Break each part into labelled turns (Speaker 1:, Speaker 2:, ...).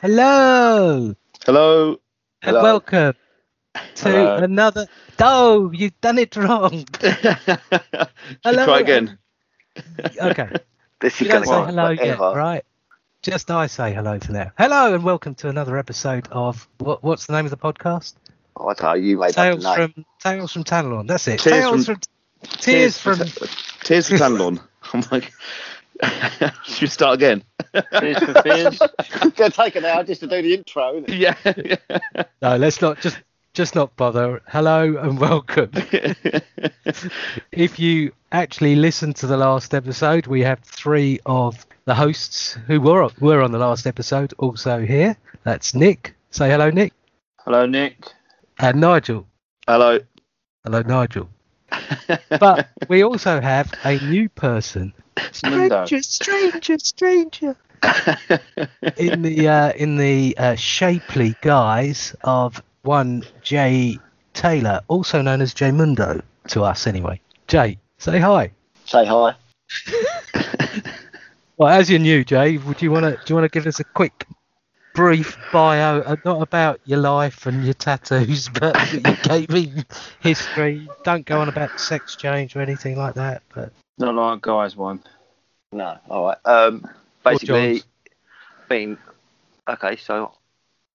Speaker 1: Hello
Speaker 2: Hello.
Speaker 1: and
Speaker 2: Hello.
Speaker 1: welcome to
Speaker 2: Hello.
Speaker 1: another. No, you've done it wrong.
Speaker 2: Hello.
Speaker 1: Hello.
Speaker 2: Try again.
Speaker 1: Okay,
Speaker 3: This
Speaker 1: you
Speaker 3: is
Speaker 1: don't
Speaker 3: going
Speaker 1: say
Speaker 3: to
Speaker 1: hello yet,
Speaker 3: forever.
Speaker 1: right? Just I say hello for now. Hello and welcome to another episode of what? What's the name of the podcast?
Speaker 3: Oh, I don't know, you made up
Speaker 1: Tales
Speaker 3: the name.
Speaker 1: from Tales from Tanalon. That's it.
Speaker 2: Tears
Speaker 1: Tales
Speaker 2: from-
Speaker 1: from, Tears from
Speaker 2: Tears for Tanlon. I'm like, should we start again?
Speaker 4: Tears for fears.
Speaker 3: it's going to take an hour just to do the intro, isn't it?
Speaker 2: Yeah.
Speaker 1: No, let's not just just not bother. Hello and welcome. if you actually listened to the last episode, we have three of the hosts who were were on the last episode also here. That's Nick. Say hello, Nick.
Speaker 4: Hello, Nick.
Speaker 1: And Nigel.
Speaker 2: Hello.
Speaker 1: Hello, Nigel. But we also have a new person.
Speaker 4: Mundo.
Speaker 1: Stranger, stranger, stranger. in the uh, in the uh, shapely guise of one Jay Taylor, also known as Jay Mundo to us anyway. Jay, say hi.
Speaker 3: Say hi.
Speaker 1: Well, as you're new, Jay, would you want to do you want to give us a quick, brief bio, uh, not about your life and your tattoos, but your gaming history? Don't go on about sex change or anything like that. But
Speaker 4: Not like guys one.
Speaker 3: No, all right. Um,
Speaker 1: Or
Speaker 3: basically,
Speaker 1: John's.
Speaker 3: been okay. So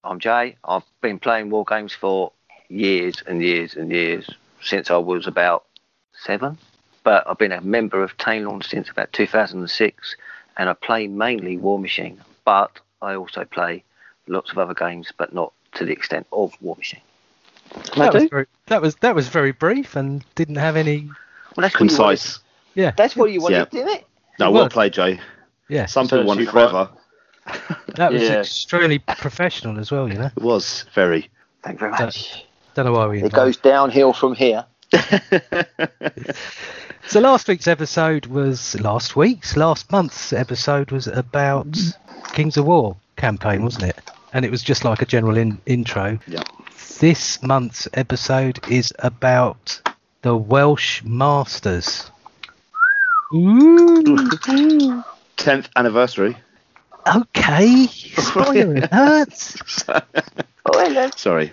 Speaker 3: I'm Jay. I've been playing war games for years and years and years since I was about seven. But I've been a member of Tainlawn since about 2006, and I play mainly War Machine. But I also play lots of other games, but not to the extent of War Machine. Can I
Speaker 1: that was,
Speaker 3: do?
Speaker 1: very, that was that was very brief and didn't have any.
Speaker 3: Well, that's what you wanted.
Speaker 2: Concise.
Speaker 1: Yeah,
Speaker 3: That's what you wanted,
Speaker 2: Yeah.
Speaker 3: didn't it?
Speaker 2: No,
Speaker 1: It
Speaker 2: well
Speaker 1: was.
Speaker 2: played, Jay.
Speaker 1: yeah,
Speaker 2: Some
Speaker 4: So
Speaker 2: people want
Speaker 4: she
Speaker 2: it forever.
Speaker 1: that was
Speaker 4: Yeah.
Speaker 1: extremely professional as well. You know,
Speaker 2: It was very.
Speaker 3: Thank you very
Speaker 1: So-
Speaker 3: much.
Speaker 1: don't know why we.
Speaker 3: It
Speaker 1: invited
Speaker 3: goes downhill from here.
Speaker 1: So last week's episode was last week's last month's episode was about Kings of War campaign, wasn't it? And it was just like a general in, intro.
Speaker 2: Yeah.
Speaker 1: This month's episode is about the Welsh Masters. Ooh,
Speaker 2: Tenth anniversary.
Speaker 1: okay. Spoiler alert.
Speaker 3: Oh,
Speaker 2: Sorry.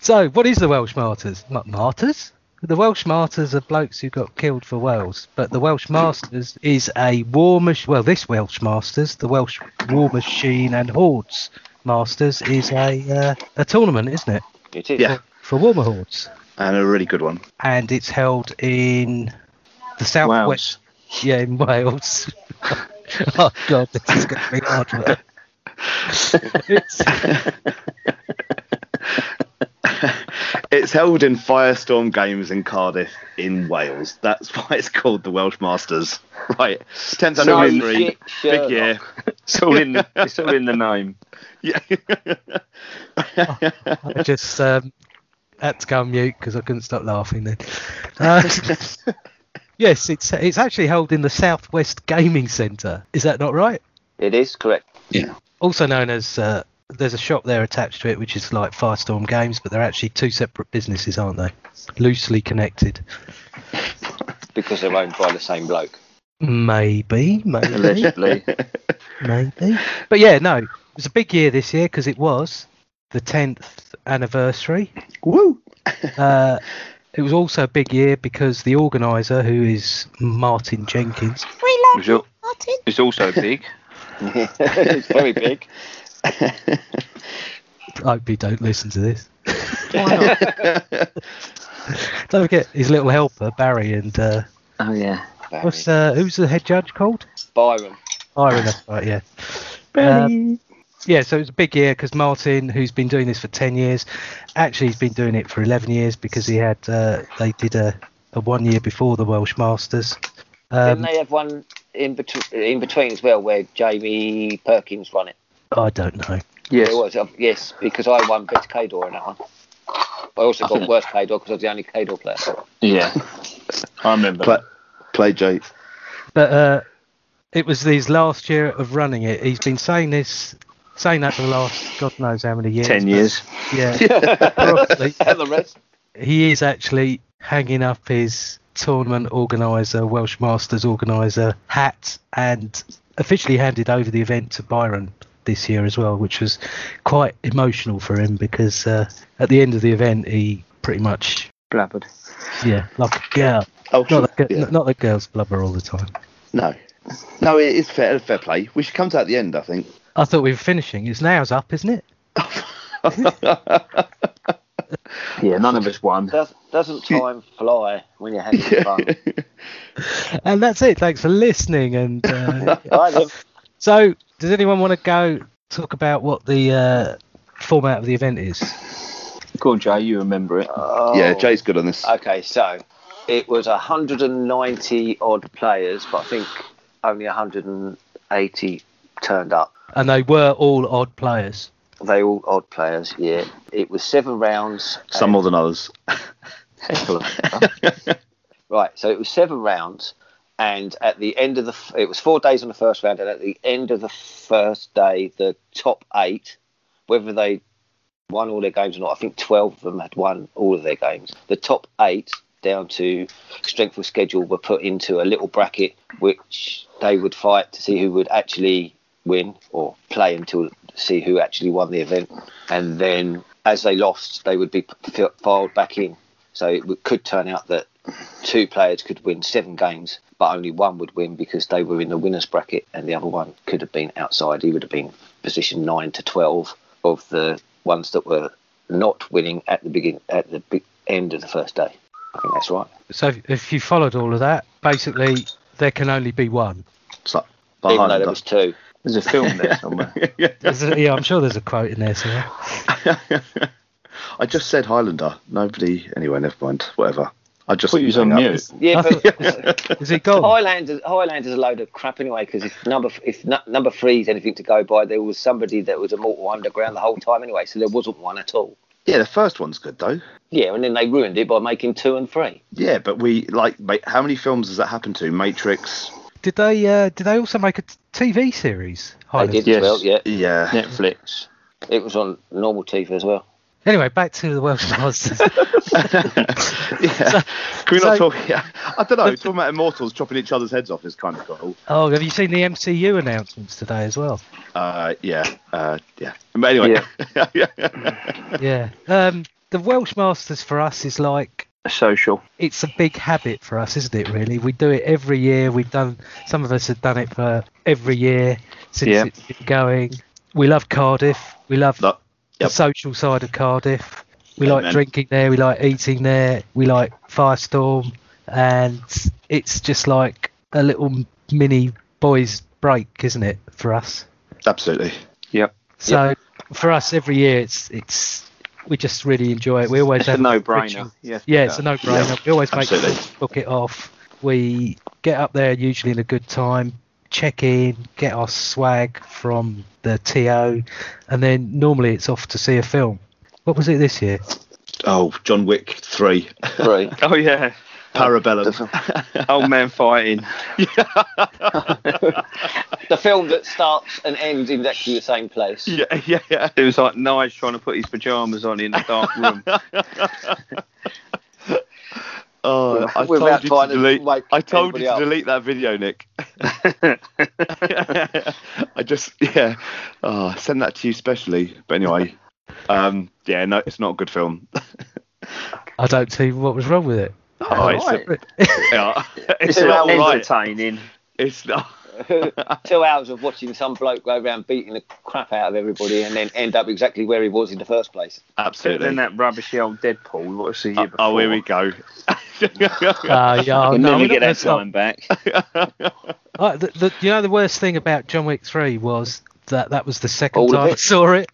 Speaker 1: So, what is the Welsh Martyrs? Ma- martyrs? The Welsh Martyrs are blokes who got killed for Wales, but the Welsh Masters is a war machine. Well, this Welsh Masters, the Welsh War Machine and Hordes Masters, is a uh, a tournament, isn't it,
Speaker 3: It is.
Speaker 2: Yeah,
Speaker 1: for Warmer Hordes?
Speaker 2: and a really good one.
Speaker 1: And it's held in the southwest.
Speaker 4: Wales.
Speaker 1: Yeah, in Wales. oh God, this is going to be hard work. It's-
Speaker 2: It's held in Firestorm Games in Cardiff, in Wales. That's why it's called the Welsh Masters. Right, tenth
Speaker 4: So
Speaker 2: anniversary,
Speaker 3: shit,
Speaker 2: big
Speaker 3: Sherlock.
Speaker 2: year.
Speaker 4: It's all in. It's all in the name.
Speaker 2: Yeah.
Speaker 1: I just um, had to go on mute because I couldn't stop laughing then. Uh, yes, it's it's actually held in the Southwest Gaming Centre. Is that not right?
Speaker 3: It is correct.
Speaker 1: Also known as uh, there's a shop there attached to it, which is like Firestorm Games, but they're actually two separate businesses, aren't they? Loosely connected.
Speaker 3: Because they're owned by the same bloke.
Speaker 1: Maybe, maybe.
Speaker 4: Allegedly.
Speaker 1: maybe. But yeah, no, it was a big year this year because it was the 10th anniversary.
Speaker 2: Woo!
Speaker 1: Uh, it was also a big year because the organizer, who is Martin Jenkins,
Speaker 4: It's al- it's also big.
Speaker 3: it's very big.
Speaker 1: I hope you don't listen to this. Don't forget his little helper Barry and uh,
Speaker 4: Oh yeah.
Speaker 1: what's uh, who's the head judge called?
Speaker 3: Byron.
Speaker 1: Byron, that's right, yeah. Barry. yeah, so it was a big year because Martin, who's been doing this for 10 years, actually he's been doing it for 11 years because he had uh, they did a, a one year before the Welsh Masters.
Speaker 3: Didn't
Speaker 1: Um,
Speaker 3: they have one in, bet- in between as well where Jamie Perkins won it?
Speaker 1: I don't know.
Speaker 4: Yes.
Speaker 3: It was, uh, yes, because I won Best Kador in that one. I also got Worst Kador because I was the only Kador player.
Speaker 4: Yeah. I remember.
Speaker 2: Play, play Jake.
Speaker 1: but uh, it was his last year of running it. He's been saying this, saying that for the last God knows how many years.
Speaker 4: Ten years.
Speaker 1: Yeah. Roughly.
Speaker 3: and the rest?
Speaker 1: He is actually hanging up his tournament organizer, Welsh Masters organizer hat, and officially handed over the event to Byron this year as well, which was quite emotional for him because uh, at the end of the event he pretty much
Speaker 4: Blabbered.
Speaker 1: yeah like a girl.
Speaker 2: Oh, sure,
Speaker 1: Not that,
Speaker 2: yeah.
Speaker 1: not that girls blubber all the time.
Speaker 2: No. No, it is fair fair play. We should come to at the end, I think.
Speaker 1: I thought we were finishing. It's now's up, isn't it?
Speaker 4: Yeah, none of us won.
Speaker 3: Does, doesn't time fly when you're having fun?
Speaker 1: And that's it. Thanks for listening. And uh,
Speaker 3: Right, then.
Speaker 1: so, does anyone want to go talk about what the uh, format of the event is?
Speaker 4: Go on, Jay, you remember it.
Speaker 3: Oh.
Speaker 2: Yeah, Jay's good on this.
Speaker 3: Okay, so it was 190 odd players, but I think only 180 turned up.
Speaker 1: And they were all odd players.
Speaker 3: They all odd players. Yeah, it was seven rounds. and-
Speaker 2: Some more than others.
Speaker 3: Right, so it was seven rounds, and at the end of the, f- it was four days on the first round, and at the end of the first day, the top eight, whether they won all their games or not, I think twelve of them had won all of their games. The top eight, down to strength of schedule, were put into a little bracket which they would fight to see who would actually win or play until see who actually won the event, and then as they lost, they would be p- filed back in. So it w- could turn out that two players could win seven games, but only one would win because they were in the winners bracket, and the other one could have been outside. He would have been position nine to twelve of the ones that were not winning at the begin at the be- end of the first day. I think that's right.
Speaker 1: So, if- if you followed all of that, basically there can only be one.
Speaker 2: It's like
Speaker 3: Even
Speaker 2: behind
Speaker 3: though there was two.
Speaker 4: There's a film there somewhere.
Speaker 1: There's a- yeah, I'm sure there's a quote in there somewhere.
Speaker 2: I just said Highlander. Nobody. Anyway, never mind. Whatever. I just.
Speaker 4: Put you on mute.
Speaker 3: Yeah, but
Speaker 1: Is he gone?
Speaker 3: Highlanders, Highlanders are a load of crap anyway. Because if number if nu- number three is anything to go by, there was somebody that was a mortal underground the whole time anyway, so there wasn't one at all.
Speaker 2: Yeah, the first one's good though.
Speaker 3: Yeah, and then they ruined it by making two and three.
Speaker 2: Yeah, but we like. Mate, how many films has that happened to? Matrix.
Speaker 1: Did they? Uh, did they also make a t- TV series?
Speaker 3: They
Speaker 1: Highlanders?
Speaker 3: did
Speaker 4: yes.
Speaker 3: as well. Yeah,
Speaker 2: Yeah.
Speaker 4: Netflix.
Speaker 3: it was on normal TV as well.
Speaker 1: Anyway, back to the Welsh Masters.
Speaker 2: Yeah. Can we not
Speaker 1: so-
Speaker 2: talk? Yeah. I don't know. Talking about immortals chopping each other's heads off is kind of cool.
Speaker 1: oh, have you seen the MCU announcements today as well?
Speaker 2: Uh, yeah. Uh, yeah. But anyway.
Speaker 1: Yeah. Um, the Welsh Masters for us is like
Speaker 4: Social.
Speaker 1: it's a big habit for us, isn't it? Really, we do it every year. We've done some of us have done it for every year since
Speaker 4: Yeah.
Speaker 1: it's been going. We love Cardiff. We love
Speaker 2: No.
Speaker 1: the
Speaker 2: Yep.
Speaker 1: social side of Cardiff. We like
Speaker 2: Amen.
Speaker 1: drinking there. We like eating there. We like Firestorm, and it's just like a little mini boys' break, isn't it, for us?
Speaker 2: Absolutely.
Speaker 4: Yep.
Speaker 1: So for us, every year it's it's we just really enjoy it. We always
Speaker 4: It's a
Speaker 1: have
Speaker 4: no-brainer.
Speaker 1: rituals.
Speaker 4: Yes.
Speaker 1: Yeah, it's a no-brainer. we always make sure
Speaker 2: absolutely.
Speaker 1: to book it off. We get up there usually in a good time, check in, get our swag from the TO, and then normally it's off to see a film. What was it this year?
Speaker 2: Oh, John Wick three.
Speaker 3: Three.
Speaker 4: Oh yeah.
Speaker 2: Parabellum.
Speaker 4: Old man fighting.
Speaker 3: the film that starts and ends in exactly the same place.
Speaker 4: Yeah, yeah, yeah. It was like Nige trying to put his pajamas on in a dark room.
Speaker 2: Oh, I told
Speaker 3: Without
Speaker 2: you
Speaker 3: trying
Speaker 2: to
Speaker 3: to
Speaker 2: delete.
Speaker 3: wake
Speaker 2: I told
Speaker 3: everybody
Speaker 2: you to
Speaker 3: up.
Speaker 2: delete that video, Nick. I just yeah. Oh, I sent that to you specially. But anyway, um, yeah, no, it's not a good film.
Speaker 1: I don't see what was wrong with it.
Speaker 2: Oh, it's,
Speaker 4: right.
Speaker 2: yeah, it's,
Speaker 4: It's
Speaker 2: not
Speaker 4: about
Speaker 2: right.
Speaker 4: entertaining.
Speaker 2: It's not.
Speaker 3: Two hours of watching some bloke go around beating the crap out of everybody and then end up exactly where he was in the first place.
Speaker 4: Better than
Speaker 2: Absolutely.
Speaker 4: that rubbishy old Deadpool we watched the year before.
Speaker 2: Oh, here we go.
Speaker 1: Uh, yeah, no, we're
Speaker 4: We'll never
Speaker 1: not
Speaker 4: get
Speaker 1: gonna
Speaker 4: that
Speaker 1: stop.
Speaker 4: time back.
Speaker 1: Uh, the, the, you know the worst thing about John Wick Three was that that was the second
Speaker 3: All of
Speaker 1: time I
Speaker 3: it.
Speaker 1: saw it.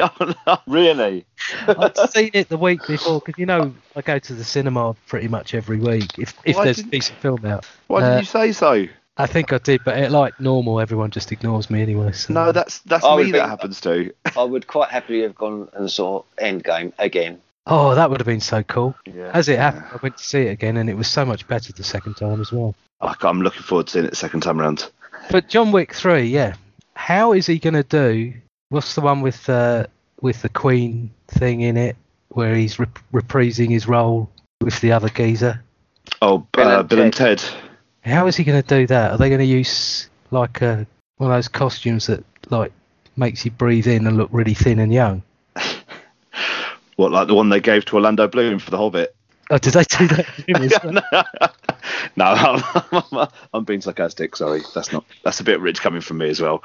Speaker 2: Oh, no.
Speaker 4: really?
Speaker 1: I'd seen it the week before because you know I go to the cinema pretty much every week if, if
Speaker 2: Why
Speaker 1: there's a
Speaker 2: didn't-
Speaker 1: decent film out.
Speaker 2: Why did
Speaker 1: Uh,
Speaker 2: you say so?
Speaker 1: I think I did, but it, like normal, everyone just ignores me anyway. So.
Speaker 2: No, that's that's
Speaker 3: I
Speaker 2: me
Speaker 3: would
Speaker 2: that
Speaker 3: think-
Speaker 2: happens to.
Speaker 3: I would quite happily have gone and saw Endgame again.
Speaker 1: Oh, that would have been so cool.
Speaker 4: Yeah.
Speaker 1: As it happened, I went to see it again, and it was so much better the second time as well.
Speaker 2: I- I'm looking forward to seeing it the second time around.
Speaker 1: But John Wick Three, yeah. How is he going to do? What's the one with uh, with the Queen thing in it, where he's rep- reprising his role with the other geezer?
Speaker 2: Oh, Bill,
Speaker 3: Bill
Speaker 2: uh,
Speaker 3: and
Speaker 2: Bill and Ted.
Speaker 1: uh, How is he going to do that? Are they going to use like a one of those costumes that like makes you breathe in and look really thin and young.
Speaker 2: What, like the one they gave to Orlando Bloom for The Hobbit?
Speaker 1: Oh, did they do that? to him as well?
Speaker 2: no, I'm, I'm being sarcastic. Sorry, that's not. That's a bit rich coming from me as well.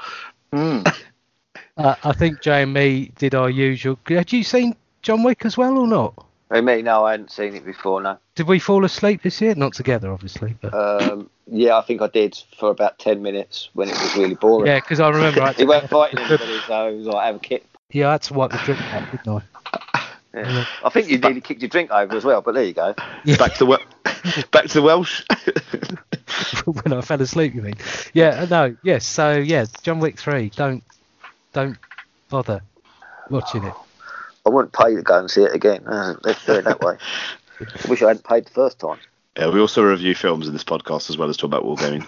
Speaker 1: uh, I think Jay and me did our usual. Had you seen John Wick as well or not?
Speaker 3: I mean, no, I hadn't seen it before. No.
Speaker 1: Did we fall asleep this year? Not together, obviously. But
Speaker 2: Uh,
Speaker 3: Um, yeah, I think I did for about ten minutes when it was really boring.
Speaker 1: yeah, because I remember I had
Speaker 3: He
Speaker 1: to,
Speaker 3: weren't fighting anybody, so it was like have a kick.
Speaker 1: yeah, I had to wipe the drink out, didn't I?
Speaker 3: Yeah. I think you nearly kicked your drink over as well, but there you go.
Speaker 2: Back to the we- back to the Welsh.
Speaker 1: when I fell asleep, you mean? Yeah, uh, no, yes. So yeah, John Wick three. Don't don't bother watching it.
Speaker 3: I wouldn't pay to go and see it again. Uh, let's do it that way. Wish I hadn't paid the first time.
Speaker 2: yeah, we also review films in this podcast as well as talk about wargaming.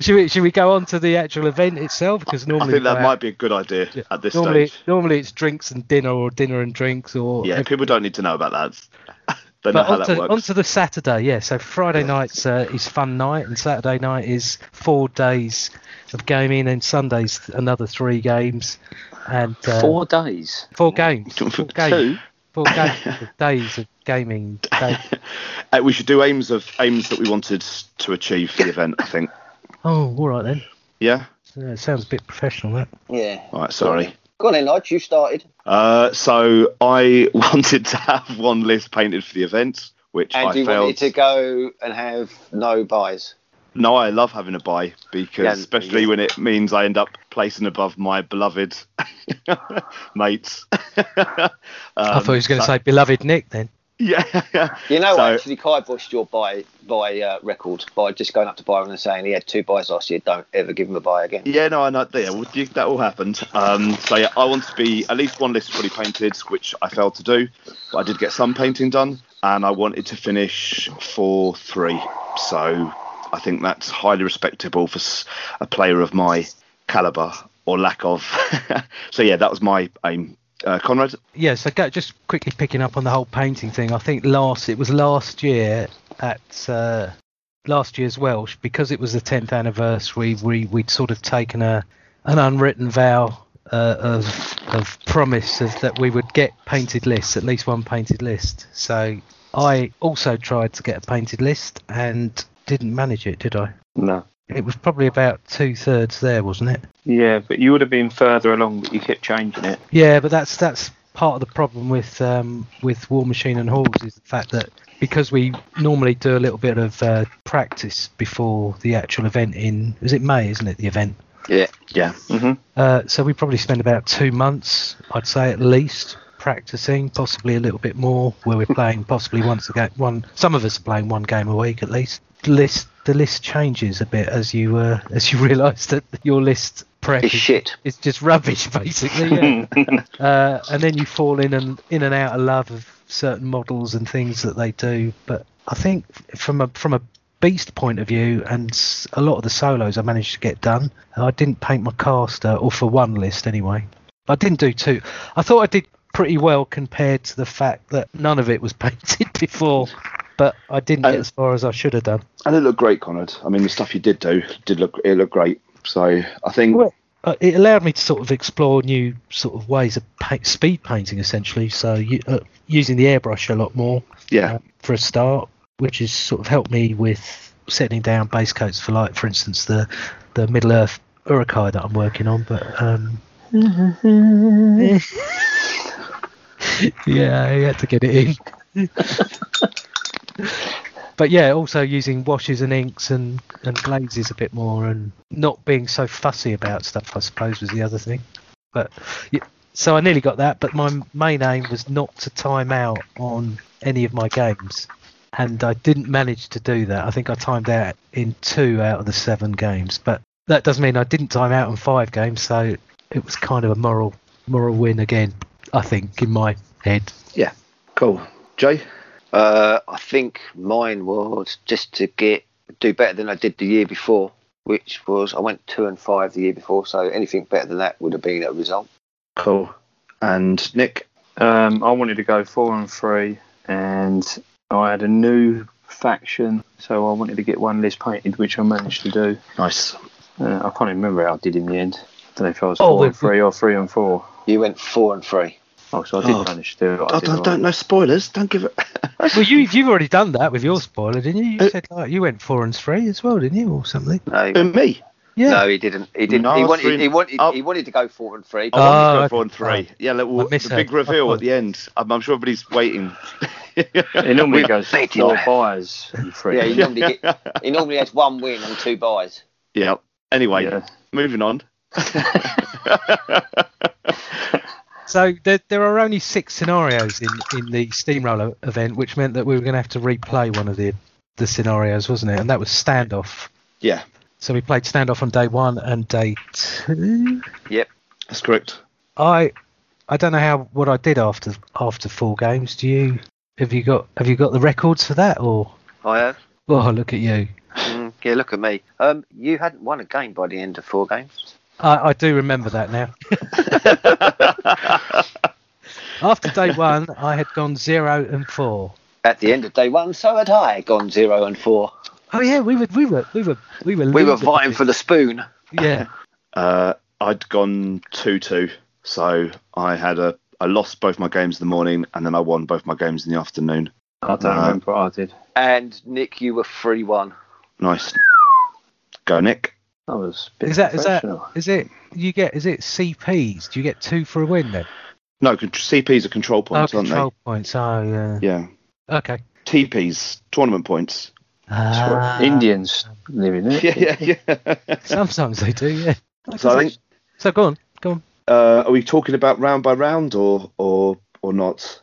Speaker 1: Should we should we go on to the actual event itself? Because normally
Speaker 2: I think that
Speaker 1: we're-
Speaker 2: might be a good idea at this
Speaker 1: normally
Speaker 2: stage.
Speaker 1: normally it's drinks and dinner or dinner and drinks or
Speaker 2: Yeah, people don't need to know about that. they know
Speaker 1: But
Speaker 2: how
Speaker 1: onto,
Speaker 2: that works.
Speaker 1: onto the Saturday, yeah. So Friday night's uh, is fun night, and Saturday night is four days of gaming, and Sunday's another three games, and uh,
Speaker 3: Four days.
Speaker 1: four games, four games,
Speaker 4: Two?
Speaker 1: four games, of days of gaming. Day.
Speaker 2: Uh, we should do aims of aims that we wanted to achieve for the event. I think.
Speaker 1: Oh, all right then.
Speaker 2: Yeah.
Speaker 1: So it sounds a bit professional, that.
Speaker 3: Yeah.
Speaker 2: All right. Sorry.
Speaker 3: Go on then, Lodge. You started.
Speaker 2: Uh, so I wanted to have one list painted for the event, which
Speaker 3: And
Speaker 2: I
Speaker 3: you
Speaker 2: failed.
Speaker 3: wanted to go and have no buys.
Speaker 2: No, I love having a buy because,
Speaker 3: Yeah,
Speaker 2: especially
Speaker 3: yeah.
Speaker 2: when it means I end up placing above my beloved mates. Um,
Speaker 1: I thought he was going to say beloved Nick then.
Speaker 2: yeah.
Speaker 3: You know,
Speaker 2: So-
Speaker 3: actually, Kai voiced your buy buy uh, record by just going up to Byron and saying he had two buys last year. Don't ever give him a buy again.
Speaker 2: Yeah, no, I know. Yeah, well, you- that all happened. Um, so yeah, I want to be at least one list fully painted, which I failed to do. But I did get some painting done, and I wanted to finish four three. So I think that's highly respectable for s- a player of my caliber or lack of. so yeah, that was my aim. Uh, Conrad,
Speaker 1: Yeah, so go, just quickly picking up on the whole painting thing. I think last it was last year at uh, last year's Welsh because it was the 10th anniversary. We we'd sort of taken a an unwritten vow uh, of of promise of that we would get painted lists, at least one painted list. So I also tried to get a painted list and didn't manage it, did I?
Speaker 4: No.
Speaker 1: It was probably about two thirds there, wasn't it?
Speaker 4: Yeah, but you would have been further along, but you kept changing it.
Speaker 1: Yeah, but that's that's part of the problem with um, with War Machine and Hawks is the fact that because we normally do a little bit of uh, practice before the actual event in is it May, isn't it? The event.
Speaker 3: Yeah.
Speaker 2: yeah,
Speaker 1: Uh, so we probably spend about two months, I'd say at least, practicing, possibly a little bit more, where we're playing possibly once a game. One, some of us are playing one game a week at least. List the list changes a bit as you uh, as you realise that your list prep
Speaker 3: It's
Speaker 1: is-
Speaker 3: shit.
Speaker 1: it's just rubbish basically yeah. uh, and then you fall in and in and out of love of certain models and things that they do but i think f- from a from a beast point of view and s- a lot of the solos i managed to get done i didn't paint my caster or for one list anyway i didn't do two i thought i did pretty well compared to the fact that none of it was painted before but i didn't get
Speaker 2: And-
Speaker 1: as far as i should have done
Speaker 2: and it looked great, Conrad. I mean, the stuff you did do did look it looked great. So I think
Speaker 1: Well, uh, it allowed me to sort of explore new sort of ways of pa- speed painting, essentially. So you, uh, using the airbrush a lot more
Speaker 2: yeah,
Speaker 1: uh, for a start, which has sort of helped me with setting down base coats for, like, for instance, the the Middle Earth Urukai that I'm working on. But um, yeah, I had to get it in. but yeah, also using washes and inks and, and glazes a bit more and not being so fussy about stuff, I suppose, was the other thing. But yeah, so I nearly got that, but my main aim was not to time out on any of my games. And I didn't manage to do that. I think I timed out in two out of the seven games, but that does mean I didn't time out on five games, so it was kind of a moral moral win again, I think, in my head.
Speaker 2: yeah, cool. Jay,
Speaker 3: Uh, I think mine was just to get do better than I did the year before, which was I went two and five the year before. So anything better than that would have been a result.
Speaker 2: cool, and Nick.
Speaker 4: Um, I wanted to go four and three, and I had a new faction, so I wanted to get one list painted, which I managed to do.
Speaker 2: Nice.
Speaker 4: Uh, I can't even remember how I did in the end. I don't know if I was
Speaker 1: Oh,
Speaker 4: four
Speaker 1: we-
Speaker 4: and three or three and four.
Speaker 3: You went four and three.
Speaker 4: Oh, so I did
Speaker 2: Oh.
Speaker 4: manage to do it. I
Speaker 2: I
Speaker 4: did
Speaker 2: don't,
Speaker 4: all right.
Speaker 2: don't know spoilers. Don't give it.
Speaker 1: Well, you you've already done that with your spoiler, didn't you? You
Speaker 2: Uh,
Speaker 1: said like you went four and three as well, didn't you, or something?
Speaker 3: No, he-
Speaker 2: Who, me.
Speaker 1: Yeah.
Speaker 3: no, he didn't. He didn't.
Speaker 2: No,
Speaker 3: he
Speaker 2: I was
Speaker 3: wanted.
Speaker 2: three-
Speaker 3: He wanted.
Speaker 2: oh.
Speaker 3: He wanted to go four and three.
Speaker 2: I
Speaker 1: Oh,
Speaker 2: wanted to go
Speaker 1: okay.
Speaker 2: four and three. Yeah, look,
Speaker 1: I
Speaker 2: well,
Speaker 1: missed
Speaker 2: the
Speaker 1: her.
Speaker 2: big reveal
Speaker 1: Oh.
Speaker 2: at the end. I'm, I'm sure everybody's waiting.
Speaker 4: It normally goes
Speaker 3: beat
Speaker 4: four
Speaker 3: him.
Speaker 4: buys and
Speaker 2: Oh.
Speaker 4: three.
Speaker 3: Yeah, he normally, get, he normally has one win and two buys.
Speaker 2: yeah. Anyway,
Speaker 4: Yeah.
Speaker 2: moving on.
Speaker 1: So there, there are only six scenarios in, in the steamroller event, which meant that we were going to have to replay one of the the scenarios, wasn't it? And that was standoff.
Speaker 2: yeah,
Speaker 1: So we played standoff on day one and day two.
Speaker 2: that's correct.
Speaker 1: I I don't know how what I did after after four games. Do you have you got have you got the records for that or?
Speaker 3: I have.
Speaker 1: Oh, look at you.
Speaker 3: Mm, yeah, look at me. Um, you hadn't won a game by the end of four games.
Speaker 1: I, I do remember that now. After day one, I had gone zero and four.
Speaker 3: At the end of day one, so had I gone zero and four.
Speaker 1: Oh yeah, we were we were we were we were
Speaker 3: We were
Speaker 1: losing.
Speaker 3: vying for the spoon.
Speaker 1: yeah.
Speaker 2: Uh, I'd gone 2 2. So I had a. I lost both my games in the morning and then I won both my games in the afternoon.
Speaker 4: I don't
Speaker 2: No.
Speaker 4: remember what I did.
Speaker 3: And Nick, you were three one.
Speaker 2: Nice. Go, Nick.
Speaker 4: I was a bit
Speaker 1: Is that is that
Speaker 4: professional.
Speaker 1: is it? You get is it CPs? Do you get two for a win then?
Speaker 2: No, con- CPs are control points,
Speaker 1: oh,
Speaker 2: aren't
Speaker 1: control points. Oh yeah.
Speaker 2: they? Yeah.
Speaker 1: Okay.
Speaker 2: TPs, tournament points.
Speaker 1: Ah,
Speaker 4: Indians living it.
Speaker 2: Yeah, yeah, yeah.
Speaker 1: Sometimes they do. Yeah.
Speaker 2: so I think,
Speaker 1: So go on, go on.
Speaker 2: uh, are we talking about round by round or or or not?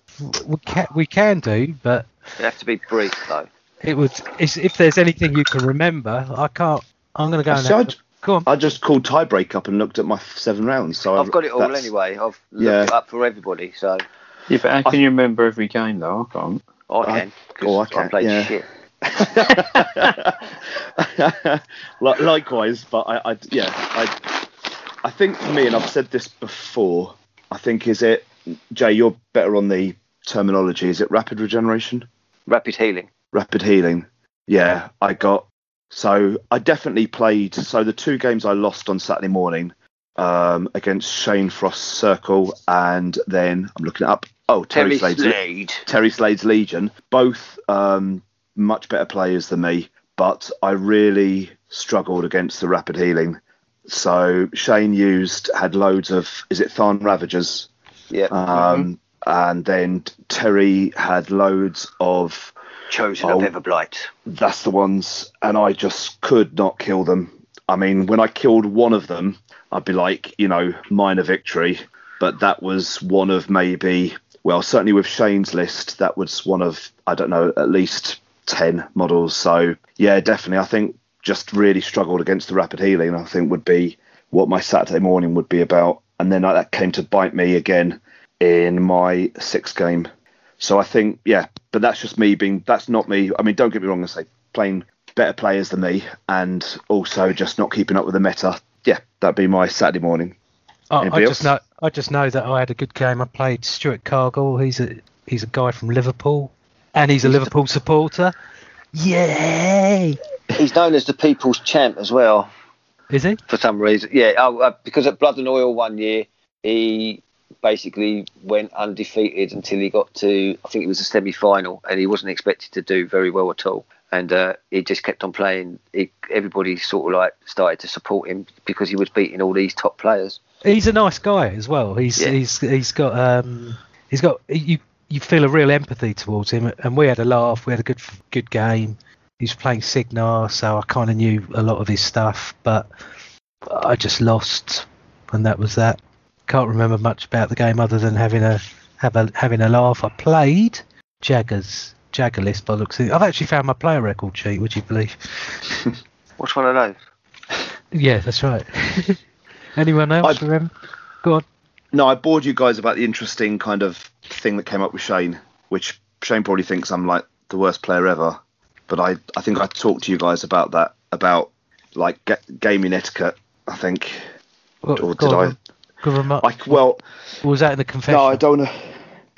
Speaker 1: We can we can do, but
Speaker 3: You have to be brief though.
Speaker 1: it would it's, if there's anything you can remember. I can't. I'm gonna go. and
Speaker 2: So
Speaker 1: have
Speaker 2: I'd-
Speaker 1: a- Go on.
Speaker 2: I just called tiebreak up and looked at my f- seven rounds. So
Speaker 3: I've got it all
Speaker 2: that's-
Speaker 3: anyway. I've looked
Speaker 2: Yeah.
Speaker 3: it up for everybody, so
Speaker 4: Yeah, but how can you remember every game though? I can't.
Speaker 3: I can. 'cause
Speaker 2: oh, I
Speaker 3: I,
Speaker 2: can,
Speaker 3: played
Speaker 2: yeah.
Speaker 3: shit.
Speaker 2: Li- Likewise, but I, I yeah, I, I think for me, and I've said this before. I think is it, Jay, you're better on the terminology. Is it rapid regeneration?
Speaker 3: Rapid healing.
Speaker 2: rapid healing. Yeah, I got. So I definitely played. So the two games I lost on Saturday morning um, against Shane Frost Circle and then I'm looking it up. Oh, Terry,
Speaker 3: Terry
Speaker 2: Slade's
Speaker 3: Slade.
Speaker 2: Terry Slade's Legion. Both um, much better players than me, but I really struggled against the rapid healing. So Shane used had loads of is it Tharn Ravagers
Speaker 3: Yeah.
Speaker 2: um, and then Terry had loads of
Speaker 3: Chosen
Speaker 2: oh.
Speaker 3: of Everblight.
Speaker 2: that's the ones, and I just could not kill them. I mean, when I killed one of them, I'd be like, you know, minor victory. But that was one of maybe, well, certainly with Shane's list, that was one of, I don't know, at least 10 models. So, yeah, definitely. I think just really struggled against the rapid healing, I think would be what my Saturday morning would be about. And then that came to bite me again in my sixth game. So I think, yeah, but that's just me being. That's not me. I mean, don't get me wrong. I say playing better players than me, and also just not keeping up with the meta. Yeah, that'd be my Saturday morning.
Speaker 1: I, I
Speaker 2: Anybody
Speaker 1: just know.
Speaker 2: else?
Speaker 1: I just know that I had a good game. I played Stuart Cargill. He's a he's a guy from Liverpool, and he's a Liverpool supporter. Yay!
Speaker 3: He's known as the people's champ as well
Speaker 1: Is he?
Speaker 3: for some reason. Yeah, oh, uh, because at Blood and Oil one year, he basically went undefeated until he got to, I think it was a semi final, and he wasn't expected to do very well at all. And uh, he just kept on playing. He, everybody sort of like started to support him because he was beating all these top players.
Speaker 1: He's a nice guy as well. He's
Speaker 3: Yeah.
Speaker 1: he's he's got um he's got you you feel a real empathy towards him. And we had a laugh. We had a good good game. He's playing Signar, so I kind of knew a lot of his stuff, but I just lost, and that was that. Can't remember much about the game other than having a have a having a laugh. I played Jaggers Jagger list by the looks. Of it. I've actually found my player record sheet. Would you believe?
Speaker 3: What's one of those?
Speaker 1: Yeah, that's right. Anyone else
Speaker 2: I-
Speaker 1: remember? Go on.
Speaker 2: No, I bored you guys about the interesting kind of thing that came up with Shane, which Shane probably thinks I'm like the worst player ever. But I, I think I talked to you guys about that about like ga- gaming etiquette. I think,
Speaker 1: What,
Speaker 2: or
Speaker 1: go
Speaker 2: Oh, did
Speaker 1: on.
Speaker 2: I?
Speaker 1: Good remark.
Speaker 2: I well,
Speaker 1: Or was that in the confession?
Speaker 2: No, I don't. wanna-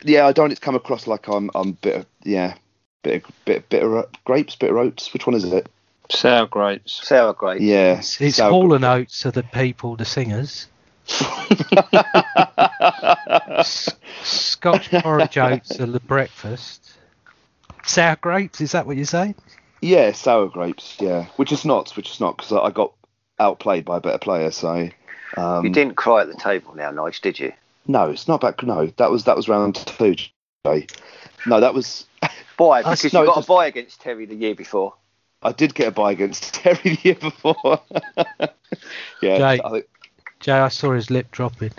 Speaker 2: Yeah, I don't. want it to come across like I'm. I'm bitter. Yeah, bitter, bitter, bitter grapes, bitter oats. Which one is it?
Speaker 4: Sour grapes.
Speaker 3: Sour grapes.
Speaker 2: Yeah,
Speaker 1: It's, it's
Speaker 2: sour
Speaker 1: Hall
Speaker 2: grapes.
Speaker 1: and Oates are the people, the singers. Scotch porridge oats are the breakfast. Sour grapes, is that what you say?
Speaker 2: yeah, sour grapes. Yeah, which is not, which is not, because I got outplayed by a better player. So um,
Speaker 3: You didn't cry at the table now, Nige, did you?
Speaker 2: No, it's not back. No, that was that was round two. Jay. No, that was.
Speaker 3: Why?
Speaker 1: Us-
Speaker 3: Because
Speaker 2: no,
Speaker 3: you got
Speaker 2: just-
Speaker 3: a buy against Terry the year before.
Speaker 2: I did get a buy against Terry the year before. yeah,
Speaker 1: Jay.
Speaker 2: I think-
Speaker 1: Jay, I saw his lip dropping.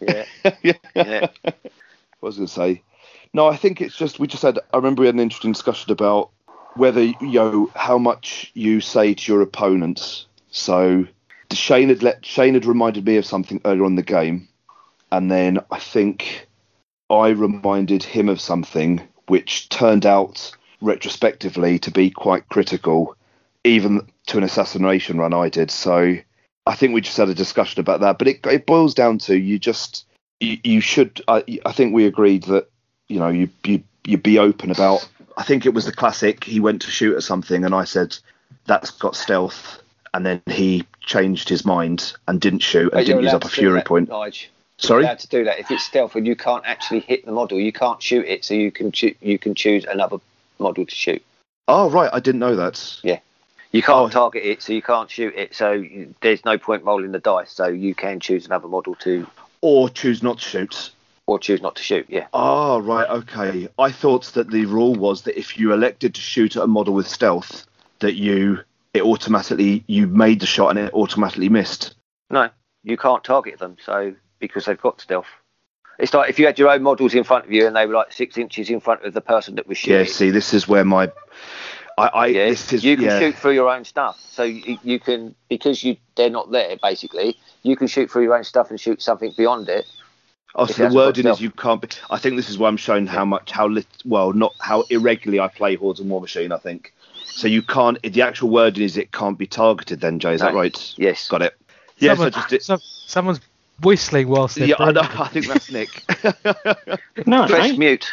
Speaker 3: Yeah.
Speaker 2: yeah.
Speaker 3: Yeah.
Speaker 2: What was I going to say? No, I think it's just we just had. I remember we had an interesting discussion about whether you know how much you say to your opponents. So Shane had let Shane had reminded me of something earlier on in the game, and then I think I reminded him of something which turned out retrospectively to be quite critical, even to an assassination run I did. So I think we just had a discussion about that, but it it boils down to you just you, you should. I, I think we agreed that you know you you you be open about. I think it was the classic. He went to shoot at something, and I said that's got stealth, and then he changed his mind and didn't shoot
Speaker 3: Oh,
Speaker 2: and didn't use up a fury point.
Speaker 3: Nige.
Speaker 2: Sorry.
Speaker 3: allowed to do that if it's stealth and you can't actually hit the model. You can't shoot it, so you can choo- you can choose another model to shoot.
Speaker 2: Oh right, I didn't know that.
Speaker 3: You can't
Speaker 2: Oh.
Speaker 3: target it, so you can't shoot it. So you, there's no point rolling the dice. So you can choose another model to
Speaker 2: Or choose not to shoot.
Speaker 3: or choose not to shoot. Yeah.
Speaker 2: Oh right, okay. I thought that the rule was that if you elected to shoot at a model with stealth, that you it automatically you made the shot and it automatically missed.
Speaker 3: No, you can't target them. So because they've got stealth. It's like if you had your own models in front of you and they were like six inches in front of the person that was
Speaker 2: Yeah.
Speaker 3: shooting.
Speaker 2: See, this is where my I, I
Speaker 3: Yeah,
Speaker 2: this is
Speaker 3: you can
Speaker 2: yeah.
Speaker 3: shoot through your own stuff. So you, you can because you they're not there basically. You can shoot through your own stuff and shoot something beyond it.
Speaker 2: Oh,
Speaker 3: If
Speaker 2: so
Speaker 3: that's
Speaker 2: the wording
Speaker 3: what's
Speaker 2: is you can't. Be, I think this is why I'm showing how much, how lit, well, not how irregularly I play Hordes and War Machine. I think so. You can't. The actual wording is it can't be targeted. Then Jay, is that
Speaker 3: No.
Speaker 2: right?
Speaker 3: Yes.
Speaker 2: Got it. Yes,
Speaker 1: someone,
Speaker 2: I just did.
Speaker 1: some- someone's whistling whilst they're
Speaker 2: Yeah, I, know,
Speaker 1: breathing.
Speaker 2: I think that's Nick.
Speaker 4: No, it
Speaker 3: Press
Speaker 4: ain't.
Speaker 3: mute.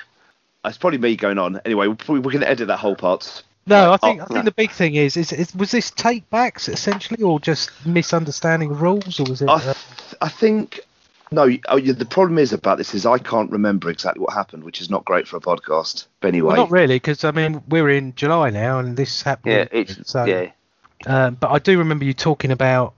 Speaker 2: it's probably me going on. Anyway, we'll probably, we can edit that whole part.
Speaker 1: No, I
Speaker 2: Right,
Speaker 1: think
Speaker 2: oh,
Speaker 1: I think
Speaker 2: no.
Speaker 1: the big thing is, is is was this take backs essentially, or just misunderstanding of rules, or was it?
Speaker 2: I,
Speaker 1: uh,
Speaker 2: th- I think no. Oh, yeah, the problem is about this is I can't remember exactly what happened, which is not great for a podcast. But anyway,
Speaker 1: well, not really, because I mean we're in July now, and this happened.
Speaker 3: Yeah,
Speaker 1: in June,
Speaker 3: it's
Speaker 1: so,
Speaker 3: yeah.
Speaker 1: Um, but I do remember you talking about,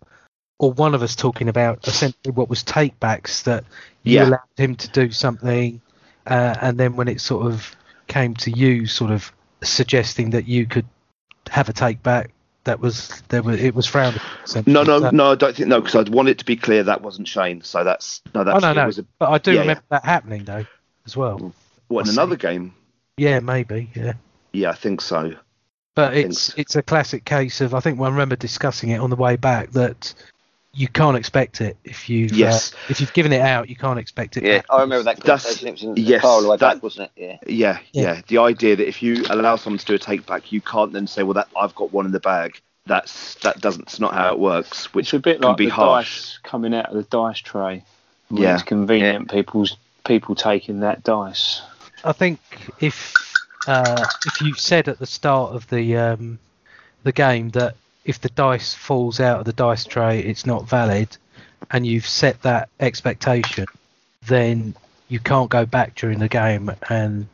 Speaker 1: or one of us talking about, essentially what was take backs that you
Speaker 2: Yeah.
Speaker 1: allowed him to do something, uh, and then when it sort of came to you, sort of suggesting that you could have a take back, that was there was it was frowned. upon, essentially.
Speaker 2: No, no,
Speaker 1: So-
Speaker 2: no. I don't think no, because I'd want it to be clear that wasn't Shane. So that's no, that's
Speaker 1: oh no,
Speaker 2: it
Speaker 1: no.
Speaker 2: was a,
Speaker 1: but I do
Speaker 2: yeah, Mm.
Speaker 1: remember that happening though, as well.
Speaker 2: what in
Speaker 1: I see.
Speaker 2: another game.
Speaker 1: Yeah, maybe. Yeah,
Speaker 2: Yeah, I think so.
Speaker 1: but
Speaker 2: think
Speaker 1: it's
Speaker 2: so.
Speaker 1: it's a classic case of I think I remember discussing it on the way back that you can't expect it if you
Speaker 2: Yes.
Speaker 1: if you've given it out you can't expect it
Speaker 3: Yeah, I remember that
Speaker 2: That's-
Speaker 3: conversation. It was in
Speaker 2: yes,
Speaker 3: the far away
Speaker 2: that-
Speaker 3: back, wasn't it? Yeah.
Speaker 2: Yeah,
Speaker 1: Yeah.
Speaker 2: yeah, The idea that if you allow someone to do a take back, you can't then say, well, that I've got one in the bag. That's that doesn't. It's not how it works. Which
Speaker 4: It's a bit
Speaker 2: can
Speaker 4: like
Speaker 2: be
Speaker 4: the
Speaker 2: harsh.
Speaker 4: dice coming out of the dice tray. When
Speaker 2: Yeah.
Speaker 4: It's convenient. People's people taking that dice.
Speaker 1: I think if uh, if you said at the start of the um, the game that if the dice falls out of the dice tray, it's not valid, and you've set that expectation, then you can't go back during the game, and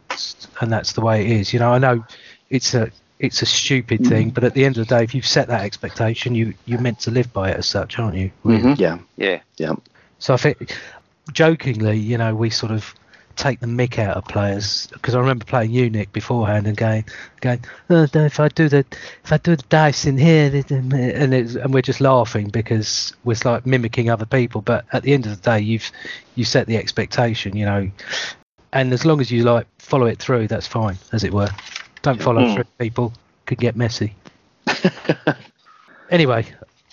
Speaker 1: and that's the way it is. You know, I know it's a it's a stupid thing, but at the end of the day, if you've set that expectation, you you're meant to live by it as such, aren't you?
Speaker 2: Yeah,
Speaker 3: Yeah.
Speaker 2: yeah.
Speaker 1: So I think, jokingly, you know, we sort of take the mick out of players because I remember playing Unic beforehand and going, going, oh, no, if I do the, if I do the dice in here, th- th- and it's, and we're just laughing because we're like mimicking other people. But at the end of the day, you've you set the expectation, you know, and as long as you like follow it through, that's fine, as it were. Don't follow
Speaker 4: Mm.
Speaker 1: through, people could get messy. anyway,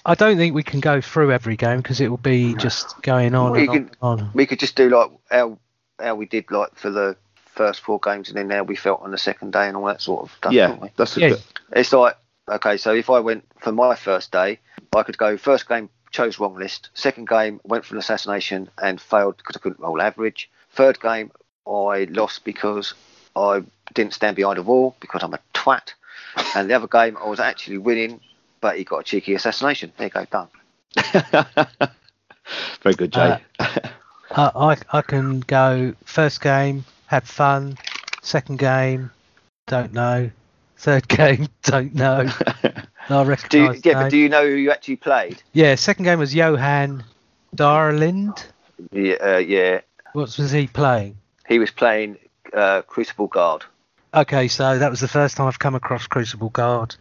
Speaker 1: I don't think we can go through every game because it will be just going on
Speaker 3: Well,
Speaker 1: and
Speaker 3: you
Speaker 1: on, and on.
Speaker 3: We could just do like how how we did like for the first four games, and then how we felt on the second day and all that sort of stuff.
Speaker 2: yeah.
Speaker 3: couldn't we?
Speaker 2: That's a
Speaker 1: Yeah.
Speaker 2: good.
Speaker 3: It's like okay, so if I went for my first day, I could go first game chose wrong list, second game went for an assassination and failed because I couldn't roll average. Third game I lost because I didn't stand behind a wall because I'm a twat, and the other game I was actually winning but he got a cheeky assassination. There you go, done.
Speaker 2: Very good,
Speaker 1: Uh,
Speaker 2: Jay.
Speaker 1: I, I I can go first game, had fun. Second game, don't know. Third game, don't know. I
Speaker 3: Do you,
Speaker 1: recognise. the
Speaker 3: yeah, but
Speaker 1: name.
Speaker 3: do you know who you actually played?
Speaker 1: yeah, second game was Johan Darlind.
Speaker 3: Yeah, uh, yeah.
Speaker 1: What was he playing?
Speaker 3: He was playing uh, Crucible Guard.
Speaker 1: Okay, so that was the first time I've come across Crucible Guard.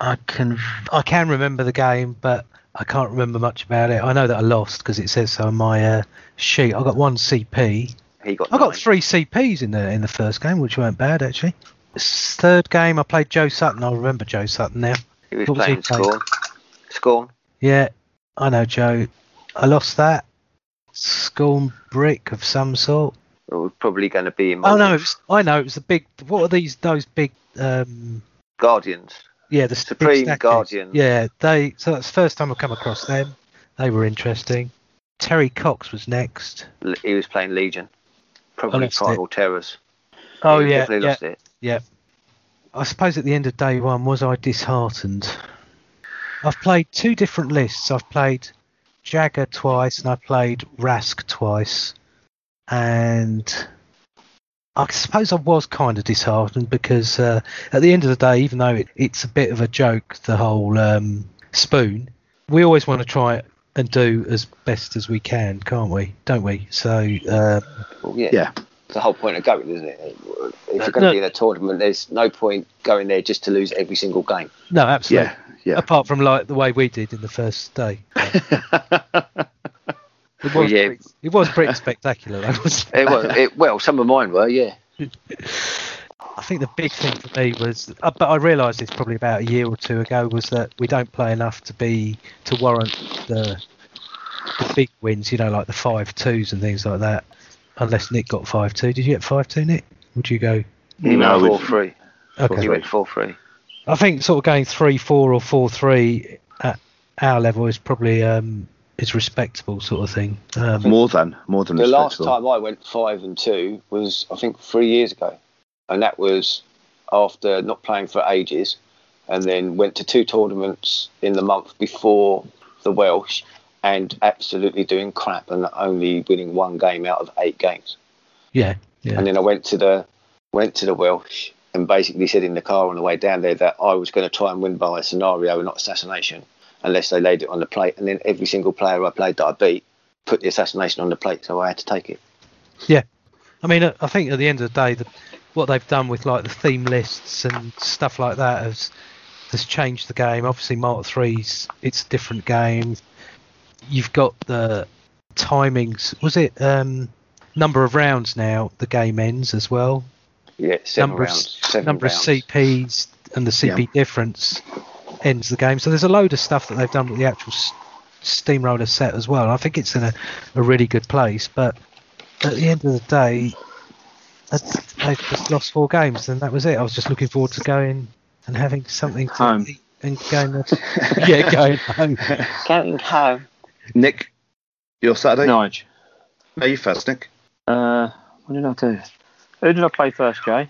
Speaker 1: I can I can remember the game, but I can't remember much about it. I know that I lost because it says so on my uh, sheet. I got one CP.
Speaker 3: He got.
Speaker 1: I got
Speaker 3: nine.
Speaker 1: three CPs in the in the first game, which weren't bad actually. S- Third game, I played Joe Sutton. I remember Joe Sutton now.
Speaker 3: He was
Speaker 1: what was he
Speaker 3: playing
Speaker 1: playing?
Speaker 3: Scorn. Scorn.
Speaker 1: Yeah, I know Joe. I lost that. Scorn brick of some sort.
Speaker 3: It was probably going to be in.
Speaker 1: Oh
Speaker 3: my-
Speaker 1: no, it was, I know it was the big. What are these? Those big. Um,
Speaker 3: Guardians.
Speaker 1: yeah, the big
Speaker 3: Supreme
Speaker 1: statues.
Speaker 3: Guardian.
Speaker 1: Yeah, they. So that's the first time I've come across them. They were interesting. Terry Cox was next.
Speaker 3: L- He was playing Legion. Probably
Speaker 1: lost it.
Speaker 3: Tribal Terrors.
Speaker 1: Oh
Speaker 3: He
Speaker 1: yeah,
Speaker 3: definitely
Speaker 1: yeah,
Speaker 3: lost it.
Speaker 1: yeah. I suppose at the end of day one, was I disheartened? I've played two different lists. I've played Jagger twice, and I played Rask twice. And I suppose I was kind of disheartened because uh, at the end of the day, even though it, it's a bit of a joke, the whole um, spoon, we always want to try and do as best as we can, can't we? Don't we? So uh,
Speaker 3: Well, yeah.
Speaker 2: Yeah.
Speaker 5: It's the whole point of going, isn't it? If you're going to
Speaker 1: No.
Speaker 5: be in a tournament, there's no point going there just to lose every single game.
Speaker 1: no, absolutely.
Speaker 2: Yeah, yeah.
Speaker 1: apart from like the way we did in the first day. It was,
Speaker 3: Well, yeah.
Speaker 1: pretty, it was pretty spectacular. That was.
Speaker 3: It was. It, well, some of mine were. Yeah.
Speaker 1: I think the big thing for me was, uh, but I realised this probably about a year or two ago, was that we don't play enough to be to warrant the the big wins. You know, like the five twos and things like that. Unless Nick got five two, did you get five two, Nick? Would you go?
Speaker 3: He
Speaker 2: No,
Speaker 3: went
Speaker 2: we-
Speaker 3: four three. He
Speaker 1: Okay.
Speaker 3: went four three.
Speaker 1: I think sort of going three four or four three at our level is probably um, is respectable sort of thing. Um,
Speaker 2: more than more than
Speaker 5: The last
Speaker 2: respectable.
Speaker 5: time I went five and two was I think three years ago, and that was after not playing for ages, and then went to two tournaments in the month before the Welsh, and absolutely doing crap and only winning one game out of eight games.
Speaker 1: yeah. Yeah.
Speaker 5: And then I went to the went to the Welsh and basically said in the car on the way down there that I was going to try and win by a scenario and not assassination unless they laid it on the plate. And then every single player I played that I beat put the assassination on the plate, so I had to take it.
Speaker 1: I mean, I I think at the end of the day, the, what they've done with like the theme lists and stuff like that has has changed the game. Obviously, Mark Three's it's a different game. You've got the timings. Was it um, number of rounds now? The game ends as well.
Speaker 5: Yeah, seven
Speaker 1: Number of
Speaker 5: rounds.
Speaker 1: s-
Speaker 5: seven
Speaker 1: number
Speaker 5: rounds.
Speaker 1: of CPs and the CP difference ends the game. So there's a load of stuff that they've done with the actual s- Steamroller set as well. And I think it's in a, a really good place. But at the end of the day, that's- they've just lost four games, and that was it. I was just looking forward to going and having something to
Speaker 4: Home.
Speaker 1: eat and going. to- yeah, going home.
Speaker 5: Counting how?
Speaker 2: Nick, your Saturday?
Speaker 4: Nige.
Speaker 2: no, you first, Nick.
Speaker 4: Uh, what did I do? Who did I play first, Jay?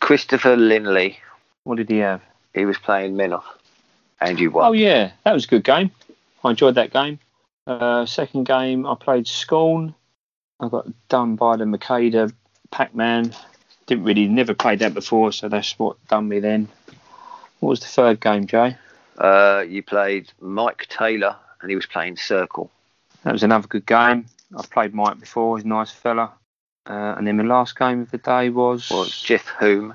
Speaker 3: Christopher Linley.
Speaker 4: What did he have?
Speaker 3: He was playing Menoff. And you won.
Speaker 4: Oh yeah, that was a good game. I enjoyed that game. Uh, second game, I played Scorn. I got done by the Makeda Pac-Man. Didn't really, never played that before, so that's what done me then. What was the third game, Jay?
Speaker 3: Uh, you played Mike Taylor, and he was playing Circle.
Speaker 4: That was another good game. I've played Mike before. He's a nice fella. Uh, and then my last game of the day was.
Speaker 3: Well, it's Jeff Hume,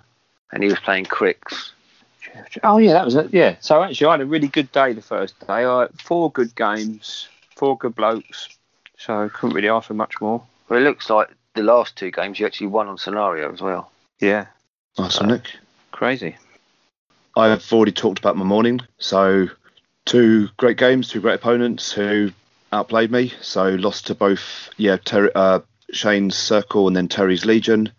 Speaker 3: and he was playing Cricks.
Speaker 4: Oh yeah, that was it. Yeah. So actually, I had a really good day the first day. I had four good games, four good blokes. So couldn't really ask for much more.
Speaker 3: Well, it looks like the last two games you actually won on scenario as well.
Speaker 4: Yeah.
Speaker 2: Nice one, Nick.
Speaker 4: Crazy.
Speaker 2: Uh, I've already talked about my morning. So, two great games, two great opponents who outplayed me. So, lost to both, yeah, Terry, uh, Shane's Circle and then Terry's Legion.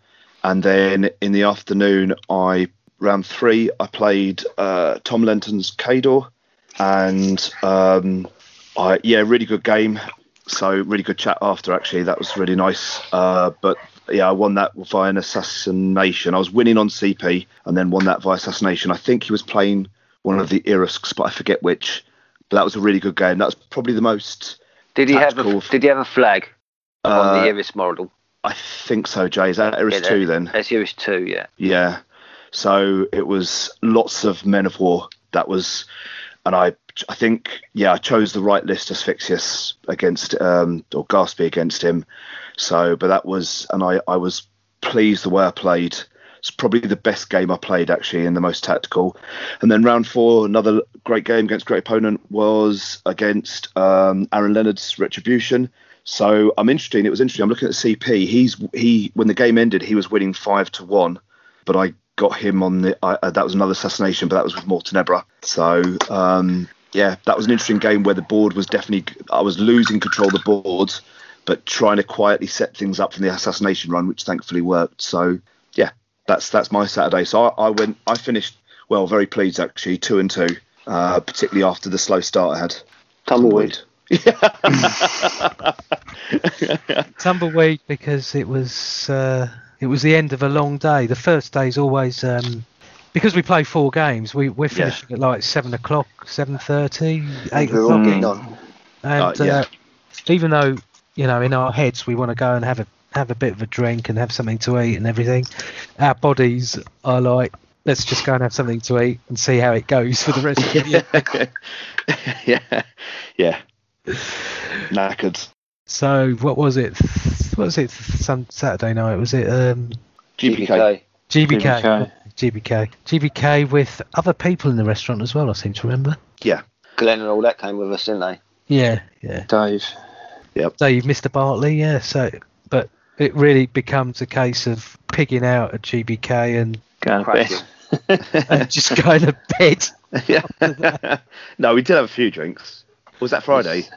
Speaker 2: And then in the afternoon, I round three, I played uh, Tom Lenton's Kador. And um, I, yeah, really good game. So, really good chat after, actually. That was really nice. Uh, but yeah, I won that via an assassination. I was winning on CP and then won that via assassination. I think he was playing one of the Irisks, but I forget which. But that was a really good game. That's probably the most.
Speaker 3: Did he have a
Speaker 2: Tactical.
Speaker 3: Did he have a flag on
Speaker 2: Uh,
Speaker 3: the Iris model?
Speaker 2: I think so, Jay. Is that Iris
Speaker 3: Yeah, that-
Speaker 2: 2 then?
Speaker 3: That's Iris two, yeah.
Speaker 2: Yeah. So it was lots of Men of War. That was, and I, I think, yeah, I chose the right list Asphyxius against, um, or Gaspy against him. So, but that was, and I, I was pleased the way I played. It's probably the best game I played actually, and the most tactical. And then round four, another great game against great opponent was against um, Aaron Leonard's Retribution. So I'm interested. It was interesting. I'm looking at CP. He's he when the game ended, he was winning five to one but I got him on the. I, uh, that was another assassination, but that was with Mortenebra. So um, yeah, that was an interesting game where the board was definitely. I was losing control of the board, but trying to quietly set things up from the assassination run, which thankfully worked. So yeah, that's that's my Saturday. So I, I went. I finished well, very pleased actually, two and two, uh, particularly after the slow start I had.
Speaker 5: Tumbleweed.
Speaker 1: Tumbleweed because it was uh, it was the end of a long day. The first day is always um, because we play four games. We we're
Speaker 2: Yeah.
Speaker 1: finishing at like seven o'clock, seven thirty, eight
Speaker 5: We're all
Speaker 1: o'clock.
Speaker 5: getting
Speaker 1: each.
Speaker 5: on.
Speaker 1: And
Speaker 2: Oh, yeah.
Speaker 1: uh, even though you know in our heads we want to go and have a have a bit of a drink and have something to eat and everything, our bodies are like let's just go and have something to eat and see how it goes for the rest of the year.
Speaker 2: yeah, yeah, knackered.
Speaker 1: So what was it? What was it? Some Saturday night was it? Um,
Speaker 2: GPK.
Speaker 1: GBK.
Speaker 4: GBK.
Speaker 1: GBK. GBK with other people in the restaurant as well, I seem to remember.
Speaker 2: Yeah,
Speaker 5: Glenn and all that came with us, didn't they?
Speaker 1: Yeah, yeah.
Speaker 4: Dave.
Speaker 1: So you've missed a Bartley, yeah. So, but it really becomes a case of pigging out at GBK and,
Speaker 4: Going to bed.
Speaker 3: Cracking.
Speaker 1: and just going to bed.
Speaker 2: Yeah. no, we did have a few drinks. Was that Friday?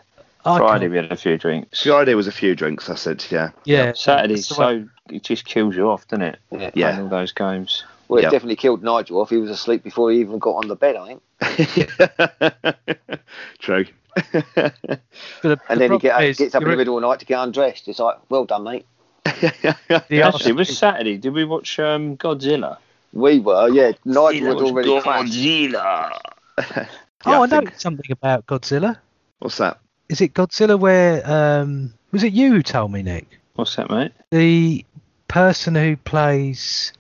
Speaker 1: I
Speaker 4: Friday
Speaker 1: can't-
Speaker 4: we had a few drinks.
Speaker 2: Friday was a few drinks. I said, yeah.
Speaker 1: Yeah.
Speaker 4: Saturday,
Speaker 1: That's the way-
Speaker 4: so it just kills you off, doesn't it?
Speaker 5: Yeah.
Speaker 2: Yeah.
Speaker 4: Playing all those games.
Speaker 5: Well, it
Speaker 2: Yep.
Speaker 5: definitely killed Nigel off. He was asleep before he even got on the bed, I think.
Speaker 2: True.
Speaker 1: but the-
Speaker 5: And
Speaker 1: the
Speaker 5: then he get,
Speaker 1: problem is
Speaker 5: gets up in
Speaker 1: you're
Speaker 5: the middle of the night to get undressed. It's like, well done, mate.
Speaker 1: the arse-
Speaker 4: Actually, it was Saturday. Did we watch um, Godzilla?
Speaker 5: We were, yeah. Nigel had already crashed.
Speaker 1: Oh,
Speaker 2: Yeah, I
Speaker 1: I know
Speaker 2: think-
Speaker 1: something about Godzilla.
Speaker 2: What's that?
Speaker 1: Is it Godzilla where, um, was it you who told me, Nick?
Speaker 4: What's that, mate?
Speaker 1: The person who plays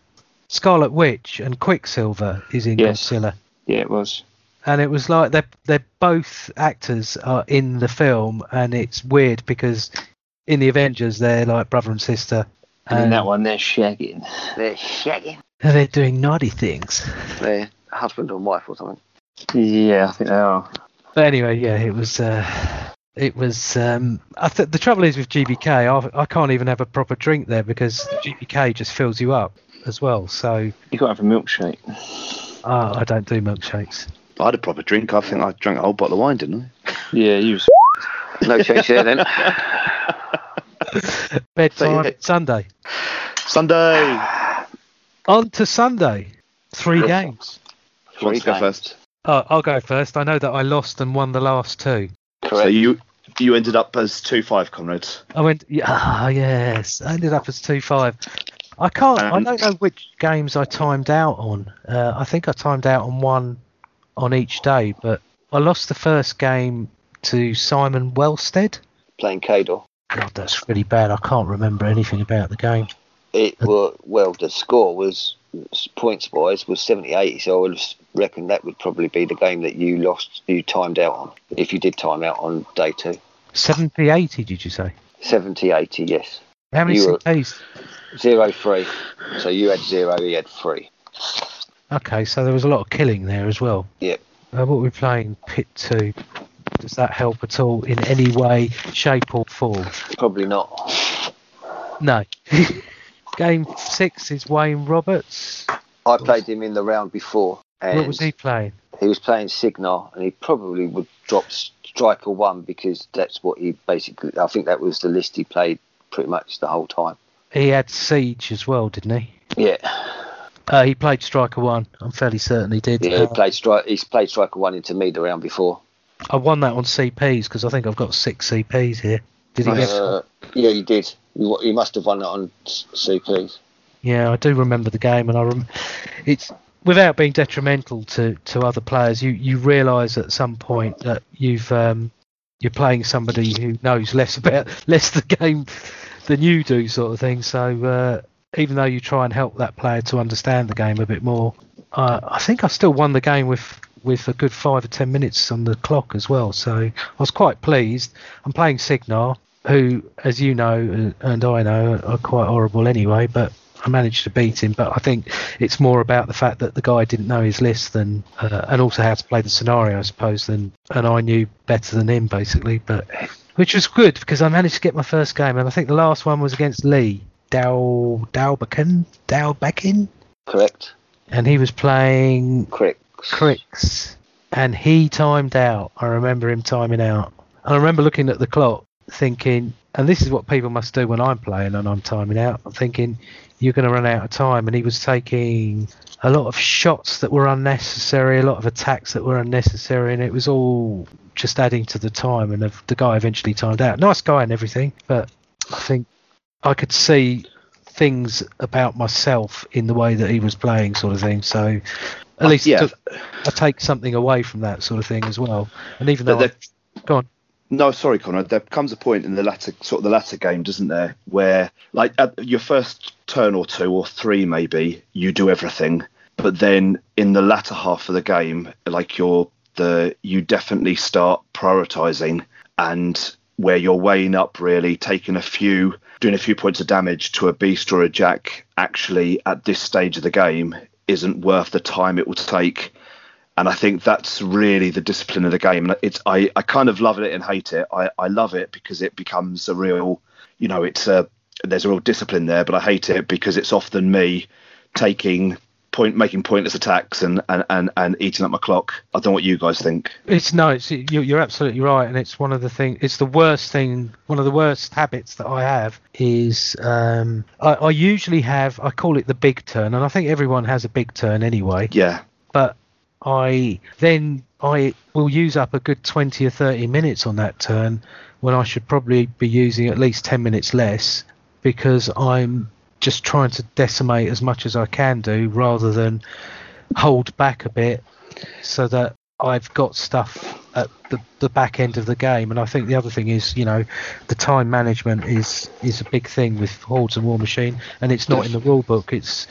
Speaker 1: Scarlet Witch and Quicksilver is in
Speaker 4: Yes.
Speaker 1: Godzilla.
Speaker 4: Yeah, it was.
Speaker 1: and it was like they're, they're both actors are in the film and it's weird because in the avengers they're like brother and sister
Speaker 4: And
Speaker 1: and,
Speaker 4: in that one, they're shagging.
Speaker 3: They're shagging.
Speaker 1: and they're doing naughty things
Speaker 3: They're husband and wife or something.
Speaker 4: Yeah, I think they are.
Speaker 1: but anyway yeah it was uh it was um i th- the trouble is with gbk I, I can't even have a proper drink there because gbk just fills you up as well so
Speaker 4: You got to have a milkshake.
Speaker 1: uh, i don't do milkshakes
Speaker 2: I had a proper drink. I think I drank a whole bottle of wine, didn't I?
Speaker 4: Yeah, you was.
Speaker 3: No change there then.
Speaker 1: bedtime
Speaker 2: yeah.
Speaker 1: sunday
Speaker 2: Sunday.
Speaker 1: on to sunday three games
Speaker 2: Who wants to go
Speaker 5: games.
Speaker 2: first?
Speaker 1: Oh, I'll go first. I know that I lost and won the last two.
Speaker 2: So you you ended up as two five comrades.
Speaker 1: I went, yeah, ah, yes. I ended up as two five. I can't. I
Speaker 2: Um,
Speaker 1: don't know which games I timed out on. Uh, I think I timed out on one on each day, but I lost the first game to Simon Wellstead.
Speaker 5: Playing Cador.
Speaker 1: God, that's really bad. I can't remember anything about the game.
Speaker 5: It were, well, the score was points wise was 78, so I would reckon that would probably be the game that you lost, you timed out on, if you did time out on day two.
Speaker 1: Seventy eighty, did you say?
Speaker 5: 70, 80, yes.
Speaker 1: How many
Speaker 5: You were-
Speaker 1: CPs?
Speaker 5: Zero, three. So you had zero, he had three.
Speaker 1: Okay, so there was a lot of killing there as well.
Speaker 5: Yep.
Speaker 1: Uh, what we're playing Pit Two. Does that help at all in any way, shape, or form?
Speaker 5: Probably not.
Speaker 1: No. Game six is Wayne Roberts.
Speaker 5: I played him in the round before. And
Speaker 1: What was he playing?
Speaker 5: he was playing Signar, and he probably would drop Striker One because that's what he basically. I think that was the list he played pretty much the whole time.
Speaker 1: He had Siege as well, didn't he?
Speaker 5: Yeah,
Speaker 1: Uh, he played Striker One. I'm fairly certain he did.
Speaker 5: yeah. He
Speaker 1: Uh,
Speaker 5: played Stri- He's played Striker One into me the round before.
Speaker 1: I won that on CPs because I think I've got six CPs here. Did he get?
Speaker 5: Uh, yeah, he did. He, wa- he must have won it on s- CP.
Speaker 1: Yeah, I do remember the game, and I rem- it's without being detrimental to, to other players, you, you realise at some point that you've um, you're playing somebody who knows less about less the game than you do, sort of thing. So uh, even though you try and help that player to understand the game a bit more, uh, I think I still won the game with with a good five or ten minutes on the clock as well. So I was quite pleased. I'm playing Signar, who, as you know and I know, are quite horrible anyway, but. I managed to beat him, but I think it's more about the fact that the guy didn't know his list than, uh, and also how to play the scenario, I suppose, than, and I knew better than him basically. But which was good because I managed to get my first game, and I think the last one was against Lee Dow Dowbecken Dowbecken,
Speaker 5: Correct.
Speaker 1: and he was playing
Speaker 5: Correct.
Speaker 1: Cricks, and he timed out. I remember him timing out, and I remember looking at the clock, thinking, and this is what people must do when I'm playing and I'm timing out. I'm thinking, you're going to run out of time, and he was taking a lot of shots that were unnecessary, a lot of attacks that were unnecessary, and it was all just adding to the time. And the, the guy eventually timed out. Nice guy and everything, but I think I could see things about myself in the way that he was playing, sort of thing. So at least it
Speaker 2: yeah.
Speaker 1: took- I take something away from that sort of thing as well. And even though,
Speaker 2: But
Speaker 1: I,
Speaker 2: there-
Speaker 1: go on,
Speaker 2: No, sorry, Conrad. There comes a point in the latter sort of the latter game, doesn't there, where like at your first turn or two or three maybe you do everything, but then in the latter half of the game, like you're the you definitely start prioritizing and where you're weighing up really taking a few doing a few points of damage to a beast or a jack actually at this stage of the game isn't worth the time it will take and I think that's really the discipline of the game. And It's I, I kind of love it and hate it. I, I love it because it becomes a real, you know, it's a there's a real discipline there, but I hate it because it's often me taking point, making pointless attacks and and and, and eating up my clock. I don't know what you guys think.
Speaker 1: it's no, it's you, you're absolutely right, and it's one of the thing. It's the worst thing. One of the worst habits that I have is um, I, I usually have. I call it the big turn, and I think everyone has a big turn anyway.
Speaker 2: Yeah,
Speaker 1: but I then I will use up a good 20 or 30 minutes on that turn when I should probably be using at least 10 minutes less because I'm just trying to decimate as much as I can do rather than hold back a bit so that I've got stuff at the, the back end of the game. And I think the other thing is, you know, the time management is is a big thing with Hordes and War Machine, and it's not in the rule book. It's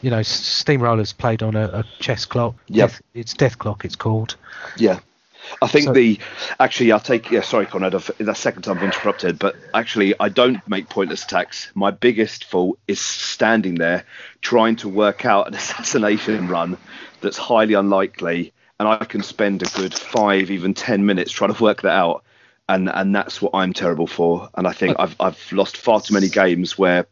Speaker 1: you know, s- Steamroller's played on a, a chess clock.
Speaker 2: Yep.
Speaker 1: Death- it's Death Clock. It's called.
Speaker 2: yeah. I think
Speaker 1: So-
Speaker 2: the actually I'll take yeah sorry Conrad I've, that's the second time I've interrupted but actually I don't make pointless attacks my biggest fault is standing there trying to work out an assassination run that's highly unlikely and I can spend a good 5 even 10 minutes trying to work that out and and that's what I'm terrible for and I think I've I've lost far too many games where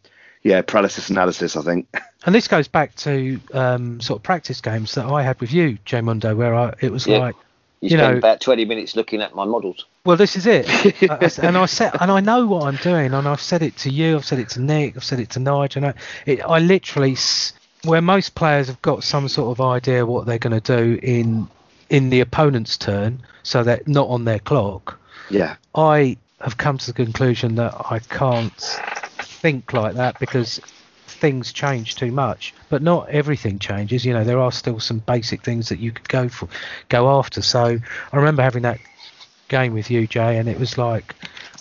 Speaker 2: yeah paralysis analysis I think
Speaker 1: And this goes back to um, sort of practice games that I had with you, Jay Mundo, where I, it was
Speaker 5: Yeah.
Speaker 1: like,
Speaker 5: You,
Speaker 1: You
Speaker 5: spent
Speaker 1: know-
Speaker 5: about 20 minutes looking at my models.
Speaker 1: well, this is it. I- I s- and I said, and I know what I'm doing, and I've said it to you, I've said it to Nick, I've said it to Nigel. And I, it, I literally, s- where most players have got some sort of idea what they're going to do in in the opponent's turn, so they're not on their clock.
Speaker 2: yeah
Speaker 1: I have come to the conclusion that I can't think like that because things change too much. But not everything changes. You know, there are still some basic things that you could go for, go after. So I remember having that game with you, Jay, and it was like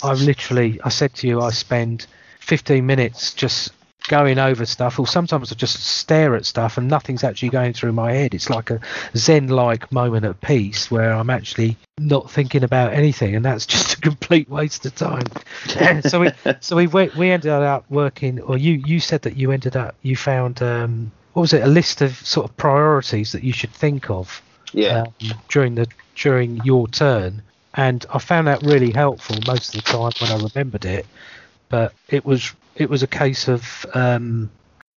Speaker 1: I literally I said to you, I spend 15 minutes just going over stuff or sometimes i just stare at stuff and nothing's actually going through my head it's like a zen like moment of peace where i'm actually not thinking about anything and that's just a complete waste of time so we so we went, we ended up working or you you said that you ended up you found um what was it a list of sort of priorities that you should think of
Speaker 5: Yeah.
Speaker 1: um, during the during your turn, and I found that really helpful most of the time when I remembered it. But it was it was a case of um,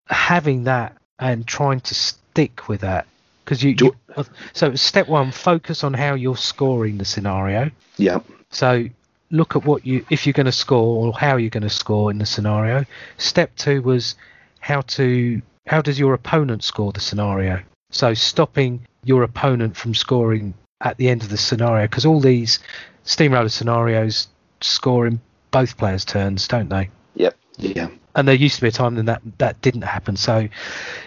Speaker 1: having that and trying to stick with that because you,
Speaker 2: Do-
Speaker 1: you. So it was step one: focus on how you're scoring the scenario.
Speaker 2: yeah
Speaker 1: So look at what you if you're going to score or how you're going to score in the scenario. Step two was how to how does your opponent score the scenario? So stopping your opponent from scoring at the end of the scenario because all these steamroller scenarios score in both players' turns, don't they?
Speaker 5: Yep.
Speaker 2: yeah
Speaker 1: and there used to be a time when that that didn't happen. So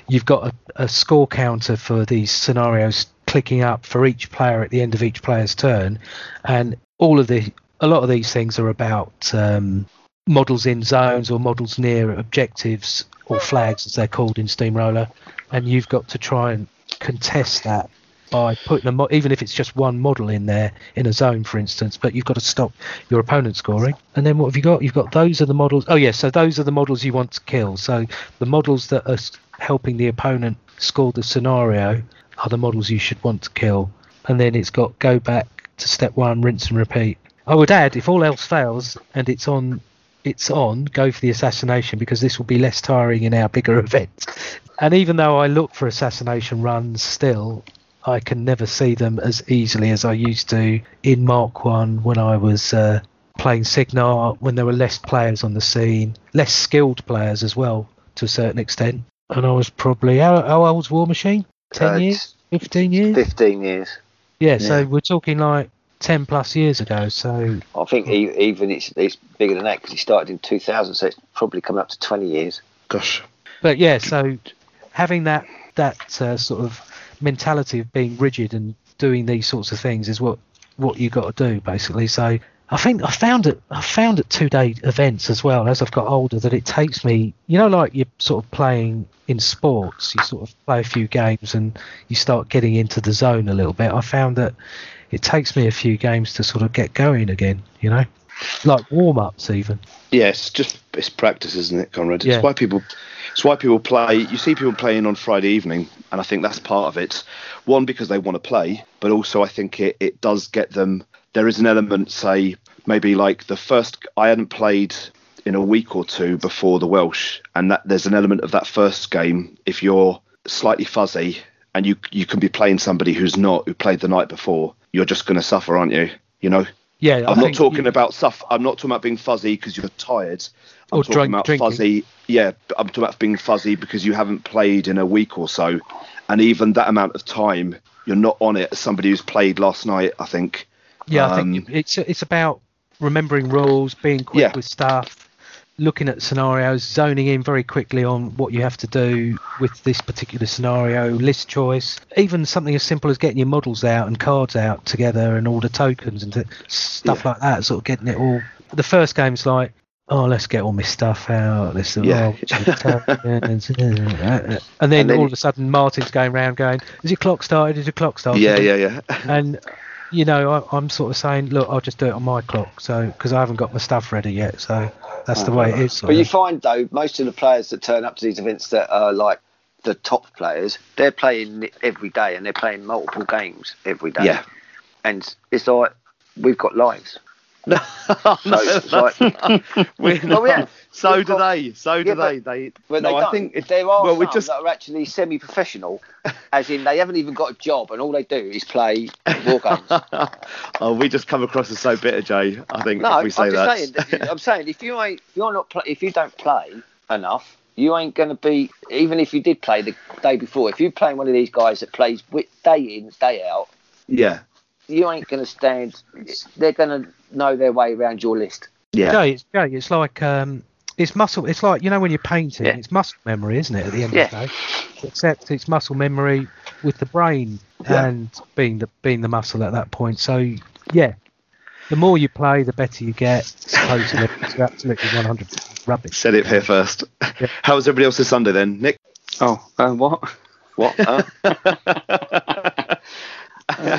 Speaker 1: you've got a, a score counter for these scenarios clicking up for each player at the end of each player's turn, and all of the a lot of these things are about um, models in zones or models near objectives or flags as they're called in Steamroller, and you've got to try and contest that by putting a mo- even if it's just one model in there in a zone, for instance. But you've got to stop your opponent scoring. And then what have you got? You've got those are the models. Oh yeah, so those are the models you want to kill. So the models that are s- helping the opponent score the scenario are the models you should want to kill. And then it's got go back to step one, rinse and repeat. I would add, if all else fails and it's on it's on, go for the assassination because this will be less tiring in our bigger event. And even though I look for assassination runs still, I can never see them as easily as I used to in Mark 1 when I was uh, playing Signar, when there were less players on the scene, less skilled players as well to a certain extent. And I was probably, how, how old's War Machine? 10
Speaker 3: Uh,
Speaker 1: years? 15 years?
Speaker 3: 15 years.
Speaker 1: yeah, so we're talking like 10 plus years ago. So
Speaker 5: I
Speaker 2: Oh.
Speaker 5: think e- even it's, it's bigger than that because it started in 2000, so it's probably coming up to 20 years.
Speaker 2: Gosh.
Speaker 1: but yeah, so having that that uh, sort of mentality of being rigid and doing these sorts of things is what what you got to do basically. So I think I found it I found at two day events as well as I've got older that it takes me you know like you're sort of playing in sports you sort of play a few games and you start getting into the zone a little bit. I found that it takes me a few games to sort of get going again. You know, like warm ups even.
Speaker 2: Yeah, it's just it's practice, isn't it, Conrad? It's
Speaker 1: Yeah.
Speaker 2: why people it's why people play you see people playing on Friday evening and I think that's part of it. One because they want to play, but also I think it, it does get them there is an element, say, maybe like the first I hadn't played in a week or two before the Welsh and that there's an element of that first game if you're slightly fuzzy and you you can be playing somebody who's not who played the night before, you're just gonna suffer, aren't you? You know?
Speaker 1: Yeah, I
Speaker 2: I'm not
Speaker 1: think
Speaker 2: talking
Speaker 1: you-
Speaker 2: about stuff. I'm not talking about being fuzzy because you're tired. I'm
Speaker 1: Or
Speaker 2: talking
Speaker 1: drunk-
Speaker 2: about
Speaker 1: drinking.
Speaker 2: fuzzy. Yeah, I'm talking about being fuzzy because you haven't played in a week or so, and even that amount of time, you're not on it as somebody who's played last night. I think.
Speaker 1: Yeah, I think
Speaker 2: Um,
Speaker 1: it's it's about remembering rules, being quick
Speaker 2: Yeah.
Speaker 1: with stuff, looking at scenarios, zoning in very quickly on what you have to do with this particular scenario, list choice, even something as simple as getting your models out and cards out together and all the tokens and th- stuff like that. Sort of getting it all. The first game's like. Oh, let's get all my stuff out. Let's
Speaker 2: Yeah.
Speaker 1: oh, and, then all of a sudden, Martin's going round going, "Is your clock started? Is your clock started?"
Speaker 2: Yeah, yeah, yeah.
Speaker 1: and you know I, i'm sort of saying look i'll just do it on my clock so because i haven't got my stuff ready yet so that's the way it is sort
Speaker 5: But you
Speaker 1: of.
Speaker 5: find though, most of the players that turn up to these events that are like the top players,
Speaker 3: they're playing every day and they're playing multiple games every day.
Speaker 2: Yeah.
Speaker 3: And it's like we've got lives.
Speaker 2: no,
Speaker 3: it's like-
Speaker 2: we're
Speaker 3: Oh,
Speaker 2: not.
Speaker 3: yeah.
Speaker 2: So do they. So do
Speaker 5: Yeah,
Speaker 2: they.
Speaker 5: but-
Speaker 2: They.
Speaker 5: but
Speaker 2: no,
Speaker 5: they
Speaker 2: I
Speaker 5: don't.
Speaker 2: think it-
Speaker 5: there are
Speaker 2: well,
Speaker 5: some
Speaker 2: we just
Speaker 5: that are actually semi-professional, as in they haven't even got a job and all they do is play war games.
Speaker 2: oh, we just come across as so bitter, Jay. I think
Speaker 5: No,
Speaker 2: if we say
Speaker 5: I'm
Speaker 2: that.
Speaker 5: just saying. that- I'm saying if you ain't, if you're not, pl- if you don't play enough, you ain't going to be. Even if you did play the day before, if you're playing one of these guys that plays wi- day in, day out,
Speaker 2: yeah.
Speaker 5: you ain't going to stand. They're going to know their way around your list.
Speaker 2: Yeah.
Speaker 1: Jay, it's, Jay, it's like um it's muscle it's like you know when you're painting
Speaker 3: Yeah.
Speaker 1: it's muscle memory isn't it at the end
Speaker 3: Yeah.
Speaker 1: of the day except it's muscle memory with the brain
Speaker 2: Yeah.
Speaker 1: and being the being the muscle at that point so yeah the more you play the better you get supposedly it's absolutely 100 rubbish
Speaker 2: Said it here first. How was everybody else's Sunday then, Nick?
Speaker 4: Oh, uh, what?
Speaker 3: What? Huh?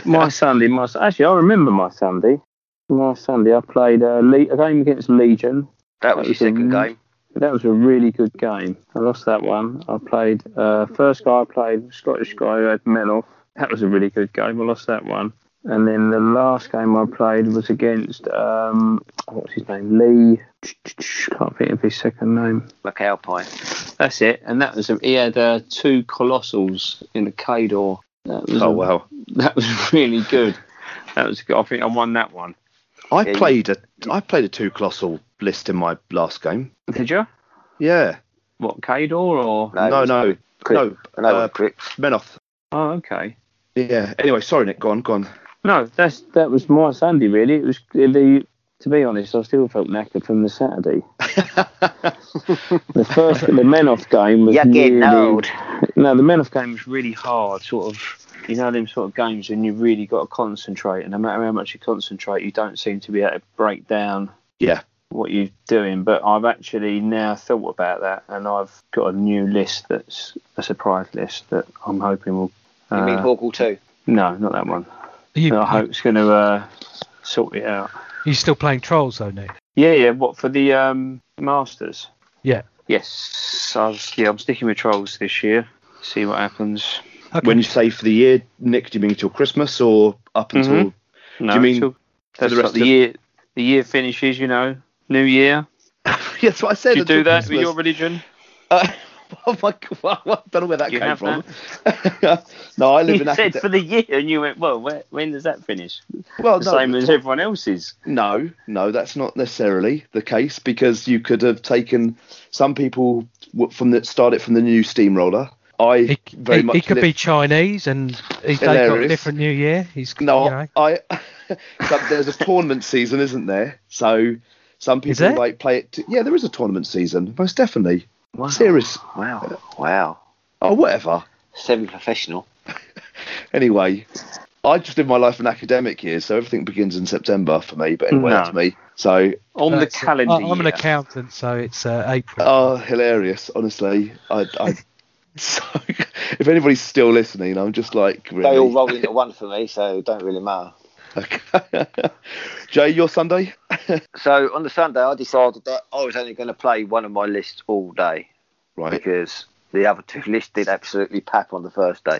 Speaker 4: my Sunday, my actually, I remember my Sunday. My Sunday, I played uh, Le- a game against Legion.
Speaker 3: that was your second
Speaker 4: Mhm.
Speaker 3: game.
Speaker 4: That was a really good game. I lost that one. I played uh, first guy I played Scottish guy who had Meloff. That was a really good game. I lost that one. And then the last game I played was against um, what's his name Lee. Can't think of his second name.
Speaker 3: Macau Pie.
Speaker 4: That's it. And that was a, he had uh, two colossals in the Cador. That was
Speaker 2: Oh
Speaker 4: a-
Speaker 2: wow.
Speaker 4: That was really good. That was good. I think I won that one.
Speaker 2: I
Speaker 3: Yeah, you-
Speaker 2: played a I played a two colossal list in my last game.
Speaker 4: Did you?
Speaker 2: Yeah.
Speaker 4: What Cador or?
Speaker 3: No,
Speaker 2: No,
Speaker 3: it was
Speaker 2: no,
Speaker 3: Crip.
Speaker 2: no.
Speaker 3: No, it
Speaker 2: uh,
Speaker 3: was Crip.
Speaker 2: Menoth.
Speaker 4: Oh, okay.
Speaker 2: Yeah. Anyway, sorry, Nick. Go on, go on.
Speaker 4: No, that's that was my Sunday really. It was the to be honest, I still felt knackered from the Saturday. The first, the men off game was
Speaker 3: You're getting
Speaker 4: really,
Speaker 3: old.
Speaker 4: No, the men off game was really hard. Sort of, you know, them sort of games when you really got to concentrate, and no matter how much you concentrate, you don't seem to be able to break down
Speaker 2: Yeah.
Speaker 4: what you're doing. But I've actually now thought about that, and I've got a new list that's a surprise list that I'm hoping will.
Speaker 5: You mean
Speaker 4: uh,
Speaker 5: Hawkle too?
Speaker 4: no, not that one.
Speaker 1: You,
Speaker 4: I hope it's going to uh, sort it out.
Speaker 1: you still playing Trolls though, Nick?
Speaker 4: Yeah, yeah. What for the um, Masters?
Speaker 1: Yeah.
Speaker 4: Yes, I was, yeah. I'm sticking with trolls this year. See what happens.
Speaker 1: Okay.
Speaker 2: When you say for the year, Nick, do you mean till Christmas or up until?
Speaker 4: Mhm. No,
Speaker 2: Do you mean
Speaker 4: till-
Speaker 2: for
Speaker 4: that's
Speaker 2: the
Speaker 4: like
Speaker 2: rest
Speaker 4: the
Speaker 2: of-
Speaker 4: year? The year finishes, you know, New Year.
Speaker 2: Yeah, that's what I said.
Speaker 4: Do you
Speaker 2: until
Speaker 4: do that
Speaker 2: Christmas.
Speaker 4: with your religion?
Speaker 2: Uh, oh my god! I don't know where that
Speaker 4: You
Speaker 2: came
Speaker 4: have
Speaker 2: from. no, I live
Speaker 4: You
Speaker 2: in
Speaker 4: said
Speaker 2: academic.
Speaker 4: for the year, and you went, well, where, when does that finish?
Speaker 2: Well,
Speaker 4: The
Speaker 2: no,
Speaker 4: same as everyone else's.
Speaker 2: No, no, that's not necessarily the case because you could have taken some people w- from the started from the new steamroller. I
Speaker 1: He,
Speaker 2: very
Speaker 1: he-
Speaker 2: much
Speaker 1: he could
Speaker 2: live-
Speaker 1: be Chinese and he's they've got a
Speaker 2: Hilarious.
Speaker 1: different New Year. He's
Speaker 2: no.
Speaker 1: you know.
Speaker 2: I but there's a tournament season, isn't there? So some
Speaker 1: Is
Speaker 2: people
Speaker 1: there?
Speaker 2: like play it. To, yeah, there is a tournament season, most definitely.
Speaker 3: Wow.
Speaker 2: Serious.
Speaker 3: Wow. Wow.
Speaker 2: Oh, whatever.
Speaker 3: Seven professional.
Speaker 2: Anyway, I just live my life in academic years, so everything begins in September for me. But anyway,
Speaker 4: No.
Speaker 2: that's me. So
Speaker 4: On the
Speaker 1: That's it.
Speaker 4: calendar
Speaker 1: I, I'm an
Speaker 4: year.
Speaker 1: accountant, so it's uh, April.
Speaker 2: Oh, hilarious! Honestly, I, I so, if anybody's still listening, I'm just like
Speaker 5: They all
Speaker 2: really.
Speaker 5: roll into one for me, so it don't really matter.
Speaker 2: Okay. Jay, your Sunday?
Speaker 3: So on the Sunday, I decided that I was only going to play one of my lists all day
Speaker 2: Right.
Speaker 3: because the other two lists did absolutely pap on the first day.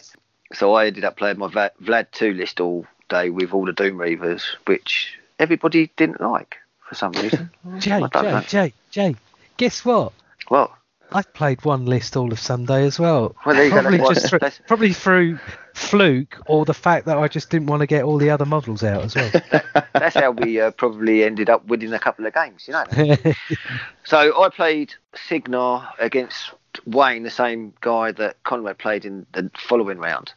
Speaker 3: So I ended up playing my Va- Vlad 2 list all day with all the Doom Reavers, which everybody didn't like for some reason.
Speaker 1: Jay,
Speaker 3: I don't
Speaker 1: Jay,
Speaker 3: know.
Speaker 1: Jay, Jay. Guess what?
Speaker 3: well,
Speaker 1: I've played one list all of Sunday as well.
Speaker 3: well, there you go.
Speaker 1: Probably
Speaker 3: That's-
Speaker 1: just through,
Speaker 3: that's-
Speaker 1: probably through fluke or the fact that I just didn't want to get all the other models out as well.
Speaker 3: That's how we uh, probably ended up winning a couple of games, you know. So I played Signar against Wayne, the same guy that Conrad played in the following round.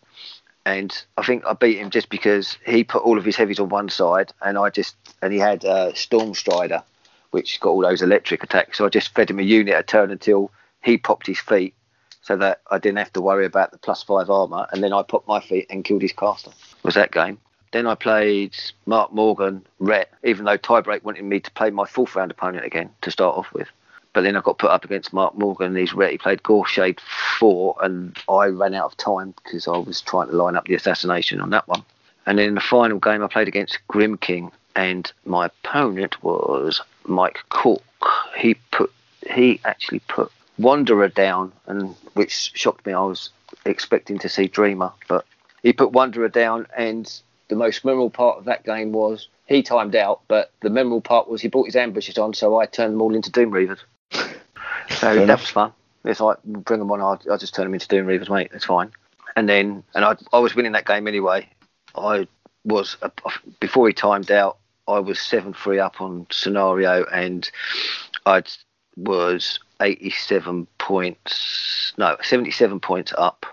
Speaker 3: And I think I beat him just because he put all of his heavies on one side, and I just and he had uh, Storm Strider, which got all those electric attacks. So I just fed him a unit a turn until he popped his feet, so that I didn't have to worry about the plus five armor. And then I popped my feet and killed his caster. Was that game? Then I played Mark Morgan, Rhett, even though Tiebreak wanted me to play my fourth round opponent again to start off with. But then I got put up against Mark Morgan and he's Rhett. He played Gore Shade 4 and I ran out of time because I was trying to line up the assassination on that one. And then the final game I played against Grim King and my opponent was Mike Cork. He put he actually put Wanderer down and which shocked me. I was expecting to see Dreamer, but he put Wanderer down, and the most memorable part of that game was he timed out, but the memorable part was he brought his ambushes on, so I turned them all into Doom Reavers. So that
Speaker 2: enough.
Speaker 3: was fun. It's like bring them on, I'll, I'll just turn them into Doom Reavers, mate. That's fine. And then, and I, I was winning that game anyway. I was uh, before he timed out. I was seven three up on scenario, and I was eighty seven points, no seventy seven points up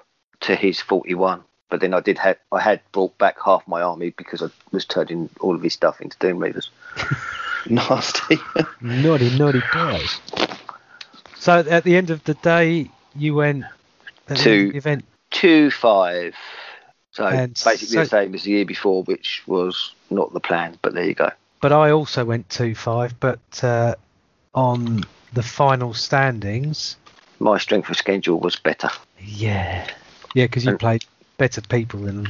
Speaker 3: to his 41. But then I did have I had brought back half my army because I was turning all of his stuff into Doom Reavers.
Speaker 2: Nasty.
Speaker 1: naughty, naughty guys. So at the end of the day, you went at the
Speaker 3: To-
Speaker 1: end of the event.
Speaker 3: Two five. So
Speaker 1: And
Speaker 3: basically
Speaker 1: so-
Speaker 3: the same as the year before, which was not the plan. But there you go.
Speaker 1: But I also went two five. But uh, on the final standings,
Speaker 3: My strength of schedule was better.
Speaker 1: yeah, yeah, because you
Speaker 3: And-
Speaker 1: played better people than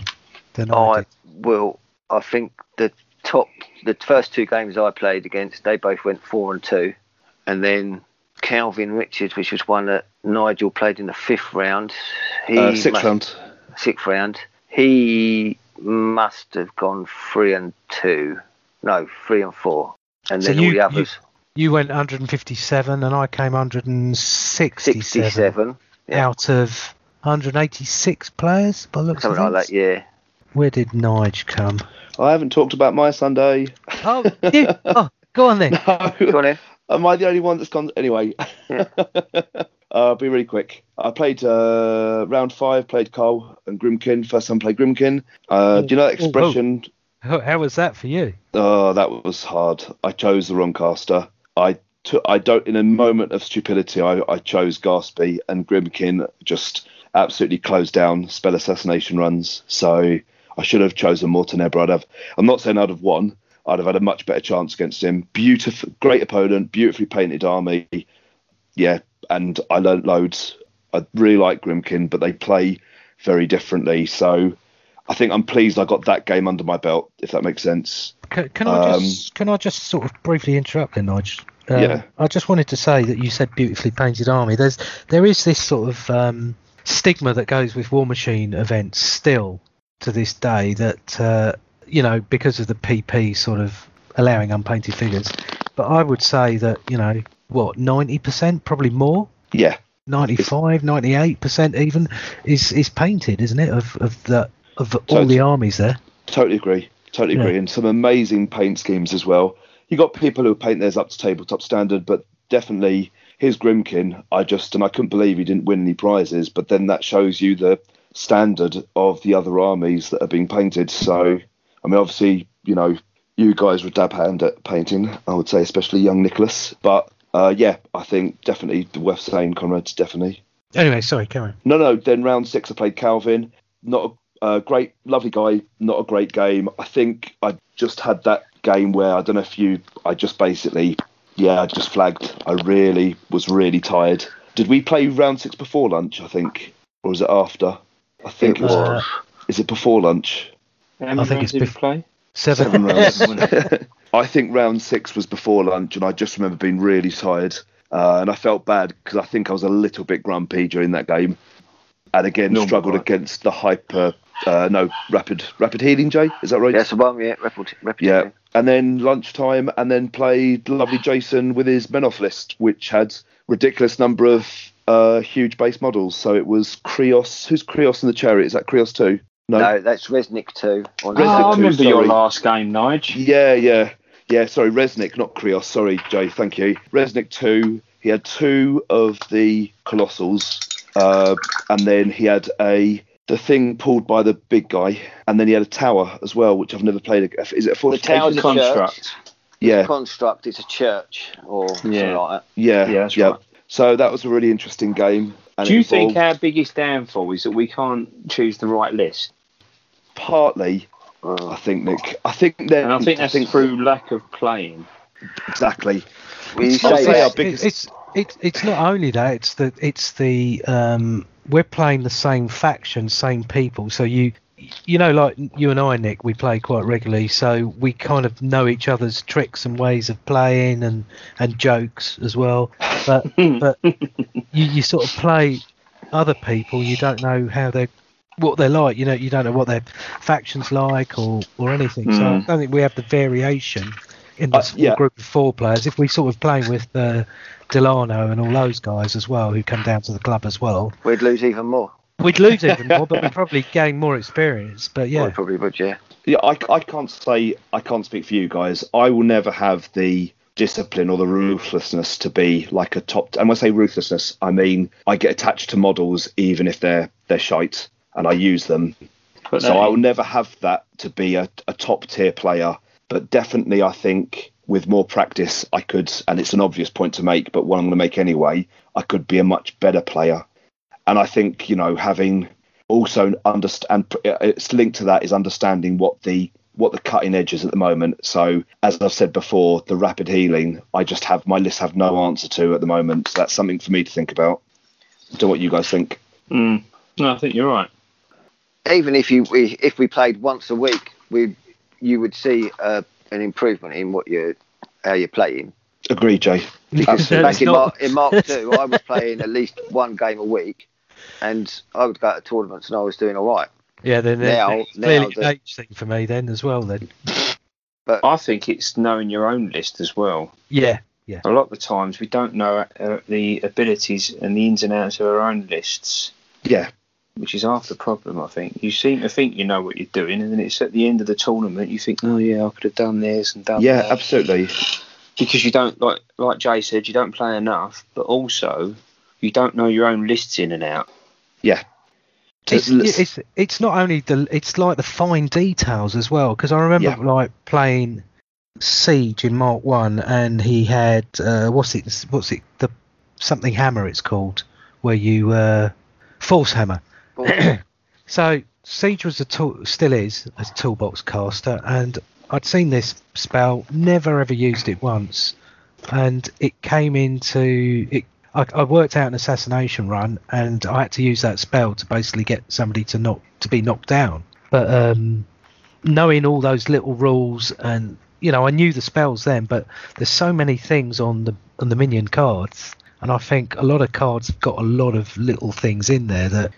Speaker 1: than I
Speaker 3: I
Speaker 1: did.
Speaker 3: will. I think the top, the first two games I played against, they both went four and two, and then Calvin Richards, which was one that Nigel played in the fifth round. He
Speaker 2: Uh, six
Speaker 3: must-
Speaker 2: round.
Speaker 3: sixth round. He must have gone three and two. No, three and four. And
Speaker 1: So
Speaker 3: then
Speaker 1: you-
Speaker 3: all the others.
Speaker 1: You went 157, and I came 167,
Speaker 3: 67. yeah.
Speaker 1: out of 186 players. By the looks
Speaker 3: Something
Speaker 1: of
Speaker 3: like
Speaker 1: things.
Speaker 3: that, yeah.
Speaker 1: Where did Nige come?
Speaker 2: I haven't talked about my Sunday.
Speaker 1: Oh, you, oh, go on then.
Speaker 3: Go
Speaker 2: No.
Speaker 3: on then.
Speaker 2: Am I the only one that's gone? Anyway.
Speaker 3: Yeah.
Speaker 2: uh, I'll be really quick. I played uh, round five, played Cole and Grimkin. First time played Grimkin. Uh, do you know that
Speaker 1: Oh, oh.
Speaker 2: expression?
Speaker 1: How, how was that for you?
Speaker 2: Oh, that was hard. I chose the wrong caster. I to, I don't, in a moment of stupidity, I, I chose Garsby and Grimkin just absolutely closed down spell assassination runs. So I should have chosen Mortenebro. I'd have, I'm not saying I'd have won. I'd have had a much better chance against him. Beautiful, great opponent, beautifully painted army. Yeah, and I learnt loads. I really like Grimkin, but they play very differently. So I think I'm pleased I got that game under my belt, if that makes sense.
Speaker 1: Can, can I
Speaker 2: Um,
Speaker 1: just can I just sort of briefly interrupt there, Nigel? Um,
Speaker 2: Yeah.
Speaker 1: I just wanted to say that you said beautifully painted army. There's there is this sort of um, stigma that goes with War Machine events still to this day that uh, you know because of the PP sort of allowing unpainted figures. But I would say that you know what 90% probably more
Speaker 2: Yeah,
Speaker 1: 95 98% even is is painted isn't it of of the of all the
Speaker 2: it's-
Speaker 1: armies there
Speaker 2: totally agree. Totally
Speaker 1: Yeah.
Speaker 2: agree. And some amazing paint schemes as well. You got people who paint theirs up to tabletop standard, but definitely his Grimkin. I just and I couldn't believe he didn't win any prizes. But then that shows you the standard of the other armies that are being painted. So I mean, obviously, you know, you guys were dab hand at painting. I would say, especially young Nicholas. But uh, yeah, I think definitely worth saying, Conrad. Definitely.
Speaker 1: anyway sorry Karen
Speaker 2: No, no. Then round six, I played Calvin. Not a uh, great, lovely guy. Not a great game. I think I just had that game where I don't know if you. I just basically, yeah, I just flagged. I really was really tired. Did we play round six before lunch? I think, or was it after? I think it was.
Speaker 1: was.
Speaker 2: Is it before lunch?
Speaker 4: How many
Speaker 1: I think
Speaker 4: rounds
Speaker 1: it's
Speaker 4: did we
Speaker 1: bef-
Speaker 4: play?
Speaker 1: seven,
Speaker 2: Seven rounds. I think round six was before lunch, and I just remember being really tired, uh, and I felt bad because I think I was a little bit grumpy during that game, and again
Speaker 4: Normal,
Speaker 2: struggled
Speaker 4: right?
Speaker 2: against the hyper. Uh, no, rapid rapid healing, Jay. Is that right?
Speaker 3: That's the one, yeah. Repetition.
Speaker 2: Yeah. And then lunchtime, and then played lovely Jason with his men off list, which had ridiculous number of uh, huge base models. So it was Krios. Who's Krios in the chariot? Is that Krios too?
Speaker 5: No, that's Resnick too.
Speaker 4: Oh, I
Speaker 5: Or
Speaker 2: Resnick
Speaker 5: no.
Speaker 2: too.
Speaker 4: remember your
Speaker 2: sorry.
Speaker 4: last game, Nige.
Speaker 2: Yeah, yeah. Yeah, sorry, Resnick, not Krios. Sorry, Jay, thank you. Resnick 2, he had two of the Colossals, uh, and then he had a the thing pulled by the big guy, and then he had a tower as well, which I've never played. ag- Is it a
Speaker 5: The
Speaker 2: fortification?
Speaker 5: tower's a
Speaker 4: Construct.
Speaker 5: church.
Speaker 2: Yeah,
Speaker 5: Construct is a church or something
Speaker 4: Yeah.
Speaker 5: like that.
Speaker 2: yeah,
Speaker 4: Yeah, that's right.
Speaker 2: So that was a really interesting game. and
Speaker 4: Do
Speaker 2: it
Speaker 4: you think
Speaker 2: involved-
Speaker 4: our biggest downfall is that we can't choose the right list?
Speaker 2: partly?
Speaker 3: Mm.
Speaker 2: I think Nick. I think that.
Speaker 4: And I think that's
Speaker 2: I think
Speaker 4: through lack of playing.
Speaker 2: exactly.
Speaker 5: We
Speaker 2: I'll
Speaker 5: say
Speaker 2: say
Speaker 5: that-
Speaker 2: our biggest-
Speaker 1: It's it's it's not only that. It's the it's the um, we're playing the same faction, same people. So you you know, like you and I, Nick, we play quite regularly. So we kind of know each other's tricks and ways of playing and and jokes as well. But but you, you sort of play other people. You don't know how they're what they're like. You know, you don't know what their factions like or or anything. So
Speaker 3: Hmm.
Speaker 1: I don't think we have the variation in the
Speaker 2: Uh,
Speaker 1: small
Speaker 2: yeah.
Speaker 1: group of four players. If we sort of playing with uh, Delano and all those guys as well, who come down to the club as well,
Speaker 3: We'd lose even more.
Speaker 1: we'd lose even more, but we'd probably gain more experience. But
Speaker 3: Yeah.
Speaker 1: yeah,
Speaker 3: probably would, yeah.
Speaker 2: Yeah, I, I can't say I can't speak for you guys. I will never have the discipline or the ruthlessness to be like a top. And when I say ruthlessness, I mean I get attached to models even if they're they're shite, and I use them.
Speaker 4: But
Speaker 2: So I will never have that to be a, a top tier player. But definitely, I think with more practice, I could. And it's an obvious point to make, but one I'm going to make anyway. I could be a much better player. And I think you know having also understand uh, it's linked to that is understanding what the what the cutting edge is at the moment so as i've said before the rapid healing i just have my list have no answer to at the moment so that's something for me to think about I don't know what you guys think
Speaker 4: Mm. No, I think you're right.
Speaker 3: Even if you we, if we played once a week, we you would see uh, an improvement in what you how you're playing.
Speaker 2: agree jay
Speaker 3: Because
Speaker 1: No,
Speaker 3: back
Speaker 1: it's
Speaker 3: in
Speaker 1: not.
Speaker 3: Mark, in Mark Two, I was playing at least one game a week, and I would go to tournaments and I was doing all right.
Speaker 1: yeah, then then
Speaker 3: Now-
Speaker 1: it's
Speaker 3: now
Speaker 1: clearly
Speaker 3: the-
Speaker 1: an age thing for me then as well. Then
Speaker 4: I think it's knowing your own list as well.
Speaker 1: yeah,
Speaker 4: A lot of the times we don't know uh, the abilities and the ins and outs of our own lists,
Speaker 2: yeah
Speaker 4: which is half the problem, I think. You seem to think you know what you're doing, and then it's at the end of the tournament you think, oh, yeah, I could have done this and done
Speaker 2: yeah
Speaker 4: that.
Speaker 2: absolutely
Speaker 4: because you don't like like Jay said, you don't play enough, but also you don't know your own lists in and out.
Speaker 2: yeah
Speaker 1: it's, it's it's not only the it's like the fine details as well because I remember
Speaker 2: Yeah.
Speaker 1: like playing Siege in Mark One, and he had uh, what's it? What's it? The something hammer. It's called where you uh, force hammer. So Siege was a tool, still is a toolbox caster, and I'd seen this spell, never ever used it once, and it came into it. I, I worked out an assassination run, and I had to use that spell to basically get somebody to not to be knocked down. But um, knowing all those little rules, and you know, I knew the spells then, but there's so many things on the on the minion cards, and I think a lot of cards have got a lot of little things in there that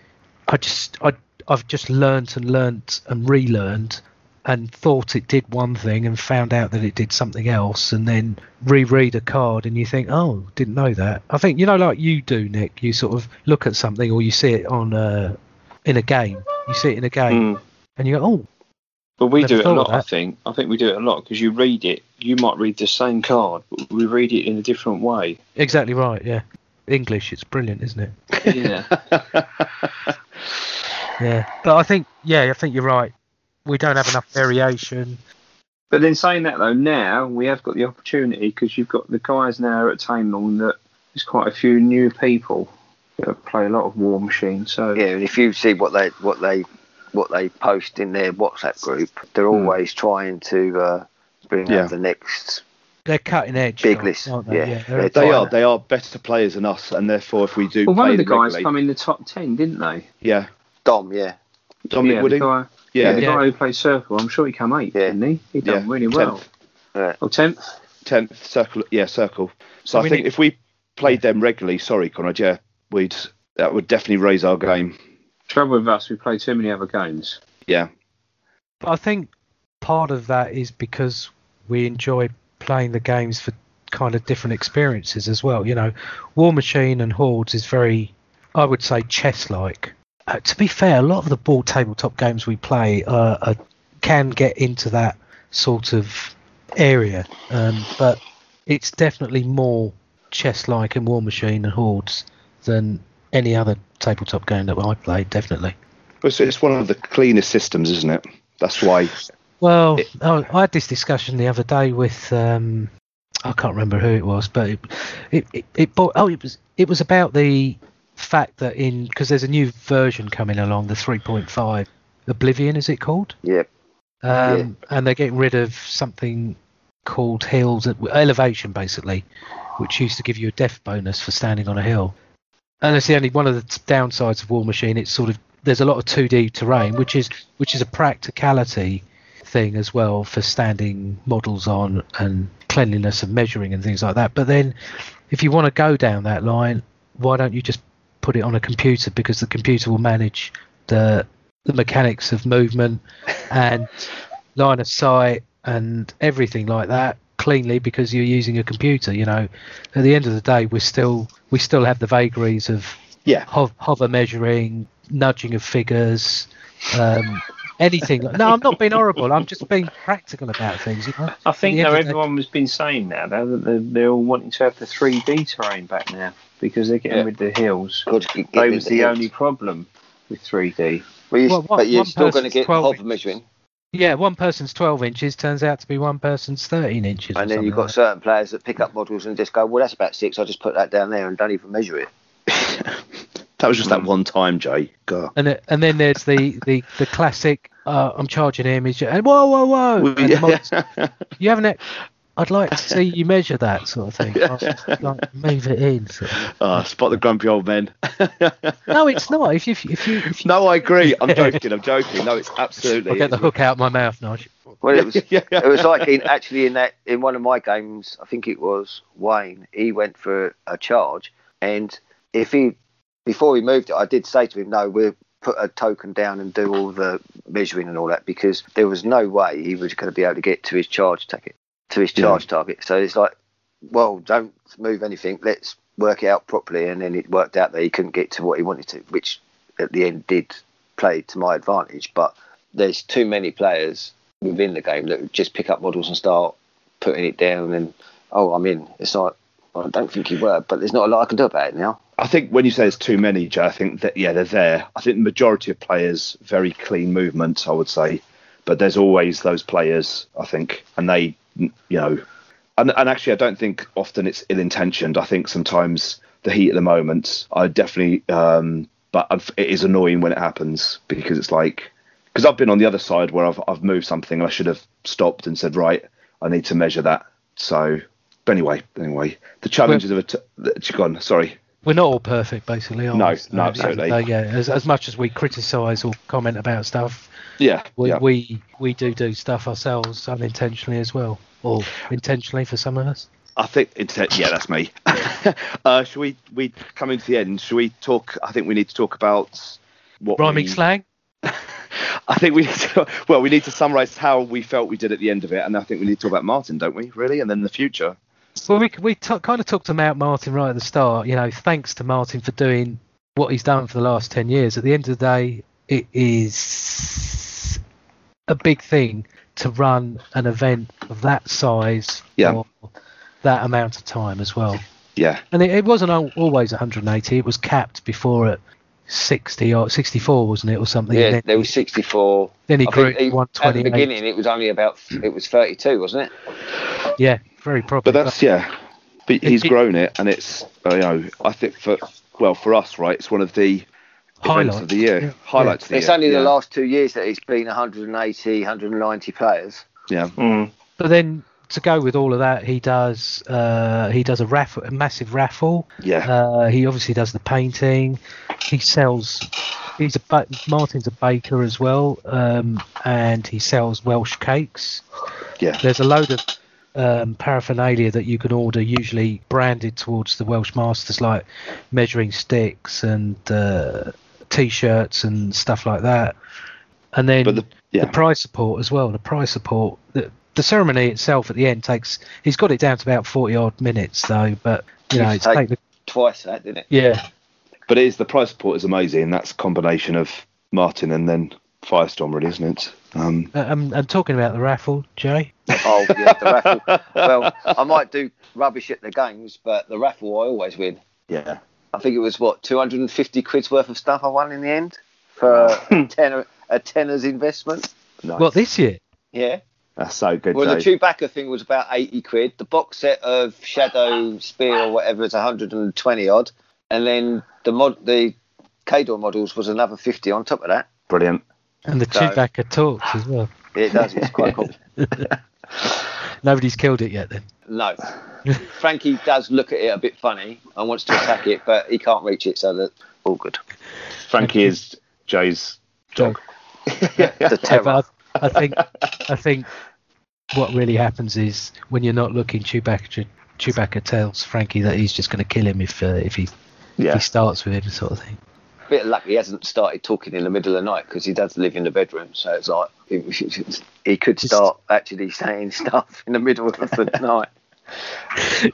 Speaker 1: I just I I've just learnt and learnt and relearned and thought it did one thing and found out that it did something else and then reread a card and you think oh didn't know that i think you know like you do nick you sort of look at something or you see it on uh in a game you see it in a game
Speaker 4: Mm.
Speaker 1: and you go oh
Speaker 4: But we
Speaker 1: Never
Speaker 4: do it a
Speaker 1: thought of
Speaker 4: lot, I
Speaker 1: that.
Speaker 4: think. I think we do it a lot because you read it. You might read the same card, but we read it in a different way.
Speaker 1: exactly right yeah english it's brilliant isn't it
Speaker 4: Yeah.
Speaker 1: yeah but i think yeah i think you're right we don't have enough variation
Speaker 4: But in saying that though, now we have got the opportunity because you've got the guys now at Tamelong that there's quite a few new people that play a lot of War Machine. So
Speaker 3: Yeah, and if you see what they what they what they post in their WhatsApp group, they're
Speaker 1: Hmm.
Speaker 3: always trying to uh, bring
Speaker 2: Yeah.
Speaker 3: out the next.
Speaker 1: they're cutting edge
Speaker 3: Big
Speaker 1: guys,
Speaker 3: list,
Speaker 1: aren't they?
Speaker 3: yeah.
Speaker 1: they're-
Speaker 2: They
Speaker 3: Fine.
Speaker 2: are. They are better players than us, and therefore, if we do
Speaker 4: well, one
Speaker 2: play
Speaker 4: of the
Speaker 2: them
Speaker 4: guys
Speaker 2: regularly-
Speaker 4: come in the top ten, didn't they?
Speaker 2: yeah,
Speaker 3: Dom, yeah,
Speaker 2: Dominic
Speaker 4: yeah,
Speaker 2: Wooding,
Speaker 4: The guy, yeah,
Speaker 2: yeah,
Speaker 4: the
Speaker 1: Yeah.
Speaker 4: guy who played Circle. I'm sure he came eighth,
Speaker 3: Yeah.
Speaker 4: didn't he? He done
Speaker 2: Yeah,
Speaker 4: really well.
Speaker 3: Yeah.
Speaker 4: Or tenth.
Speaker 2: tenth circle, yeah, circle.
Speaker 1: So
Speaker 2: So
Speaker 1: we
Speaker 2: I think
Speaker 1: need-
Speaker 2: if we played them regularly, sorry, Conrad, yeah, we'd that would definitely raise our game.
Speaker 4: Trouble with us, we play too many other games.
Speaker 2: Yeah,
Speaker 1: But I think part of that is because we enjoy playing the games for kind of different experiences as well. You know, War Machine and Hordes is very, I would say, chess like. Uh, to be fair, a lot of the board tabletop games we play uh, are, can get into that sort of area, um, but it's definitely more chess like in War Machine and Hordes than any other tabletop game that I played, definitely.
Speaker 2: it's, it's one of the cleanest systems, isn't it? That's why.
Speaker 1: Well,
Speaker 2: It-
Speaker 1: I I had this discussion the other day with um, I can't remember who it was, but it it, it, it bo- oh it was it was about the fact that in because there's a new version coming along, the 3.5 Oblivion is it called?
Speaker 3: yeah,
Speaker 1: Um, And they're getting rid of something called hills at elevation, basically, which used to give you a death bonus for standing on a hill. And it's the only one of the t- downsides of War Machine. It's sort of there's a lot of 2D terrain, which is which is a practicality thing as well for standing models on and cleanliness and measuring and things like that. But then, if you want to go down that line, why don't you just put it on a computer because the computer will manage the the mechanics of movement and line of sight and everything like that cleanly because you're using a computer you know at the end of the day we're still we still have the vagaries of
Speaker 2: Yeah,
Speaker 1: hov- hover measuring nudging of figures um anything no i'm not being horrible i'm just being practical about things you know
Speaker 4: I think
Speaker 1: At the end
Speaker 4: though
Speaker 1: of the day-
Speaker 4: everyone has been saying now though, that they're, they're all wanting to have the 3D terrain back now because they're getting
Speaker 3: Yeah.
Speaker 4: rid of the hills.
Speaker 3: good. to get- get
Speaker 4: That
Speaker 3: rid
Speaker 4: was
Speaker 3: of the
Speaker 4: the
Speaker 3: hills.
Speaker 4: only problem with 3D.
Speaker 5: But you're,
Speaker 1: Well, one-
Speaker 5: but you're
Speaker 1: one
Speaker 5: still going to
Speaker 1: person's
Speaker 5: get
Speaker 1: 12
Speaker 5: hover
Speaker 1: inches.
Speaker 5: measuring.
Speaker 1: yeah one person's 12 inches turns out to be one person's 13 inches or
Speaker 3: And then you've got
Speaker 1: something
Speaker 3: certain players that pick up models and just go, well, that's about six. I'll just put that down there and don't even measure it.
Speaker 2: that was just that one time, Jay. God.
Speaker 1: and th- and then there's the the the classic uh, i'm charging him he's ju- and whoa whoa whoa
Speaker 2: We-
Speaker 1: and the mod's you haven't. e- I'd like to see you measure that sort of thing. Like, like, move it in. Sort of.
Speaker 2: Ah, spot the grumpy old men.
Speaker 1: No, it's not. If you if you if you
Speaker 2: No, I agree. I'm joking. I'm joking. No, it's absolutely.
Speaker 1: I'll get the hook out my mouth, Nige.
Speaker 3: Well, it was
Speaker 2: Yeah, yeah.
Speaker 3: it was like in actually in that in one of my games, I think it was Wayne. He went for a charge, and if he before he moved it, I did say to him, "No, we'll put a token down and do all the measuring and all that," because there was no way he was going to be able to get to his charge target. To his charge target. So it's like, well, don't move anything. Let's work it out properly. And then it worked out that he couldn't get to what he wanted to, which at the end did play to my advantage. But
Speaker 5: There's too many players within the game that just pick up models and start putting it down and, oh, I'm in. It's like, well, I don't think you were, but there's not a lot I can do about it now.
Speaker 2: I think when you say there's too many, Jay, I think that yeah, they're there. I think the majority of players very clean movements, I would say, but there's always those players, I think, and they you know, and, and actually, I don't think often it's ill intentioned. I think sometimes the heat of the moment, I definitely, um, but I've- it is annoying when it happens because it's like, because I've been on the other side where I've, I've moved something and I should have stopped and said, right, I need to measure that. So, but anyway, anyway, the challenges of a, t- the, go on, sorry.
Speaker 1: We're not all perfect, basically. Are
Speaker 2: No,
Speaker 1: we?
Speaker 2: no,
Speaker 1: So,
Speaker 2: absolutely.
Speaker 1: so, yeah, as, as much as we criticise or comment about stuff,
Speaker 2: Yeah.
Speaker 1: we,
Speaker 2: yeah.
Speaker 1: we we do do stuff ourselves unintentionally as well, or intentionally for some of us.
Speaker 2: I think it's yeah, that's me. uh, should we we coming to the end? Should we talk? I think we need to talk about what
Speaker 1: Rhyming
Speaker 2: we-
Speaker 1: slang.
Speaker 2: I think we need to well, we need to summarise how we felt we did at the end of it, and I think we need to talk about Martin, don't we? Really, and then the future.
Speaker 1: Well, we we t- kind of talked about Martin right at the start. You know, thanks to Martin for doing what he's done for the last ten years. At the end of the day, it is a big thing to run an event of that size
Speaker 2: Yeah.
Speaker 1: for that amount of time as well.
Speaker 2: Yeah,
Speaker 1: And it, it wasn't al- always 180. It was capped before at 60 or 64, wasn't it, or something? and
Speaker 3: Yeah,
Speaker 1: then
Speaker 3: there
Speaker 1: he-
Speaker 3: was 64.
Speaker 1: Then he
Speaker 3: I
Speaker 1: grew
Speaker 3: think
Speaker 1: it to
Speaker 3: he- at the
Speaker 1: 128.
Speaker 3: beginning, it was only about it was 32, wasn't it?
Speaker 1: Yeah, very probably.
Speaker 2: but that's yeah. But he's grown it, and it's uh, you know I think for well for us right, it's one of the highlights
Speaker 1: Highlights,
Speaker 2: of the year,
Speaker 1: yeah.
Speaker 2: highlights. Of the
Speaker 3: It's
Speaker 2: year,
Speaker 3: only the
Speaker 2: yeah.
Speaker 3: last two years that it's been 180, 190 players.
Speaker 2: Yeah,
Speaker 4: Mm.
Speaker 1: But then to go with all of that, he does uh, he does a raffle, a massive raffle.
Speaker 2: yeah,
Speaker 1: Uh, he obviously does the painting. He sells. He's a ba- Martin's a baker as well, um, and he sells Welsh cakes.
Speaker 2: yeah,
Speaker 1: There's a load of um, paraphernalia that you can order, usually branded towards the Welsh Masters, like measuring sticks and uh, t-shirts and stuff like that. And then
Speaker 2: But the- yeah.
Speaker 1: the prize support as well. The prize support. The, the ceremony itself at the end takes. He's got it down to about forty odd minutes though, but you know,
Speaker 3: Used
Speaker 1: it's
Speaker 3: to
Speaker 1: take the,
Speaker 3: Twice that, didn't it?
Speaker 1: yeah,
Speaker 2: But it is the price support is amazing. That's a combination of Martin and then Firestorm, really, isn't it? Um,
Speaker 1: Uh, I'm, I'm talking about the raffle, Jay.
Speaker 3: Oh, yeah, the raffle. Well, I might do rubbish at the games, but the raffle I always win.
Speaker 2: yeah,
Speaker 3: I think it was what 250 quid's worth of stuff I won in the end for a tenner, a tenner's investment.
Speaker 2: nice.
Speaker 1: Well, this year,
Speaker 3: Yeah.
Speaker 2: that's so good.
Speaker 3: Well, the
Speaker 2: Dave.
Speaker 3: Chewbacca thing was about 80 quid. The box set of Shadow Spear or whatever is 120 odd, and then the mod the Kador models was another 50 on top of that.
Speaker 2: Brilliant.
Speaker 1: and the
Speaker 3: So-
Speaker 1: Chewbacca talks as well.
Speaker 3: It does. It's quite cool.
Speaker 1: Nobody's killed it yet. Then
Speaker 3: No. Frankie does look at it a bit funny and wants to attack it, but he can't reach it, so that all good.
Speaker 2: Frankie is Jay's dog.
Speaker 3: The
Speaker 1: Yeah,
Speaker 3: terror.
Speaker 1: but I, I think I think what really happens is when you're not looking, Chewbacca Chewbacca tells Frankie that he's just going to kill him if uh, if he if
Speaker 2: Yeah,
Speaker 1: he starts with him, sort of thing.
Speaker 3: bit of luck he hasn't started talking in the middle of the night because he does live in the bedroom so it's like it- he could start actually saying stuff in the middle of the night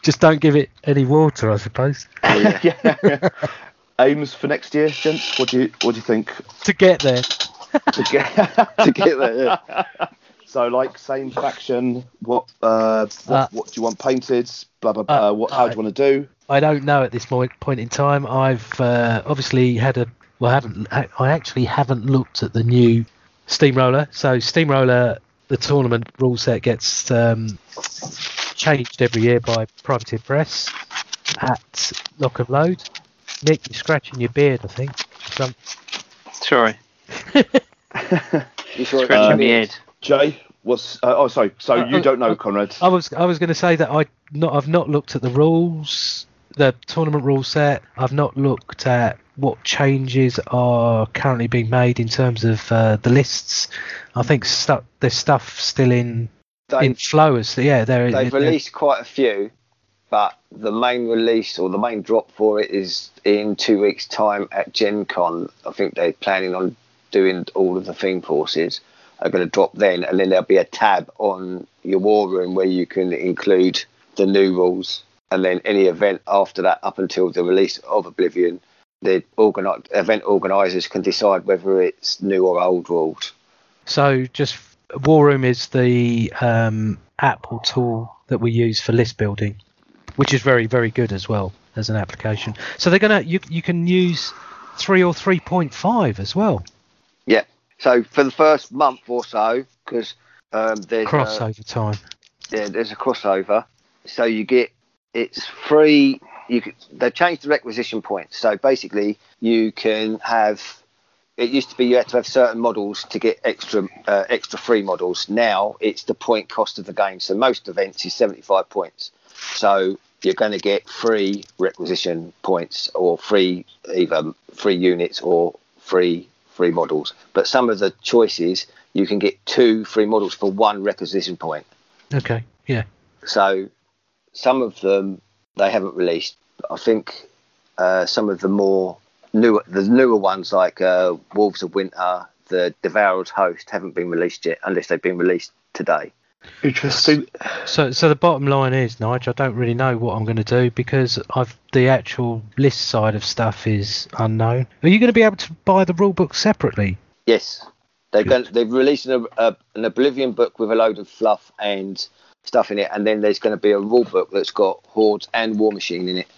Speaker 1: just don't give it any water, I suppose,
Speaker 2: yeah. Aims for next year, gents. What do you What do you think?
Speaker 1: to get there.
Speaker 2: To get, to get there. yeah. So, like, same faction. What uh, what,
Speaker 1: Uh,
Speaker 2: what do you want painted? Blah blah. blah.
Speaker 1: uh,
Speaker 2: what How do you want to do?
Speaker 1: I don't know at this mo- point in time. I've uh, obviously had a well, I haven't. I I actually haven't looked at the new Steamroller. So Steamroller, the tournament rule set gets um, changed every year by Privateer Press at Lock and Load. Nick, you're scratching your beard, I think. Some,
Speaker 4: Sorry.
Speaker 3: you sure
Speaker 4: Scratching
Speaker 2: Um,
Speaker 4: my head.
Speaker 2: Jay, what's? Uh, oh, sorry. So
Speaker 1: Uh,
Speaker 2: you
Speaker 1: uh,
Speaker 2: don't know,
Speaker 1: uh,
Speaker 2: Conrad.
Speaker 1: I was I was going to say that I not I've not looked at the rules, the tournament rule set. I've not looked at what changes are currently being made in terms of uh, the lists. I think stu- there's stuff still in in
Speaker 3: they've,
Speaker 1: flow. as- yeah, there
Speaker 3: they've
Speaker 1: is.
Speaker 3: released quite a few but the main release or the main drop for it is in two weeks time at gen con i think they're planning on doing all of the theme forces are going to drop then and then there'll be a tab on your war room where you can include the new rules and then any event after that up until the release of oblivion the organi- event organisers can decide whether it's new or old rules
Speaker 1: So just War Room is the um, app or tool that we use for list building, which is very very good as well as an application. So they're gonna you you can use three or three point five as well.
Speaker 3: yeah so for the first month or so because um, there's uh,
Speaker 1: crossover time.
Speaker 3: Yeah, there's a crossover. So you get it's free. You c- they changed the requisition points. So basically, you can have. It used to be you had to have certain models to get extra uh, extra free models. Now it's the point cost of the game. So most events is 75 points. So you're going to get free requisition points or free either free units or free free models. But some of the choices you can get two free models for one requisition point.
Speaker 1: Okay. Yeah.
Speaker 3: So some of them they haven't released. I think uh, some of the more newer, the newer ones like uh, Wolves of Winter, the Devoured Host haven't been released yet, unless they've been released today.
Speaker 2: Interesting.
Speaker 1: So, so the bottom line is, Nigel, I don't really know what I'm going to do because I've the actual list side of stuff is unknown. Are you going to be able to buy the rule book separately?
Speaker 3: Yes, they're going. They've released an, a, an Oblivion book with a load of fluff and stuff in it, and then there's going to be a rule book that's got Horde and War Machine in it.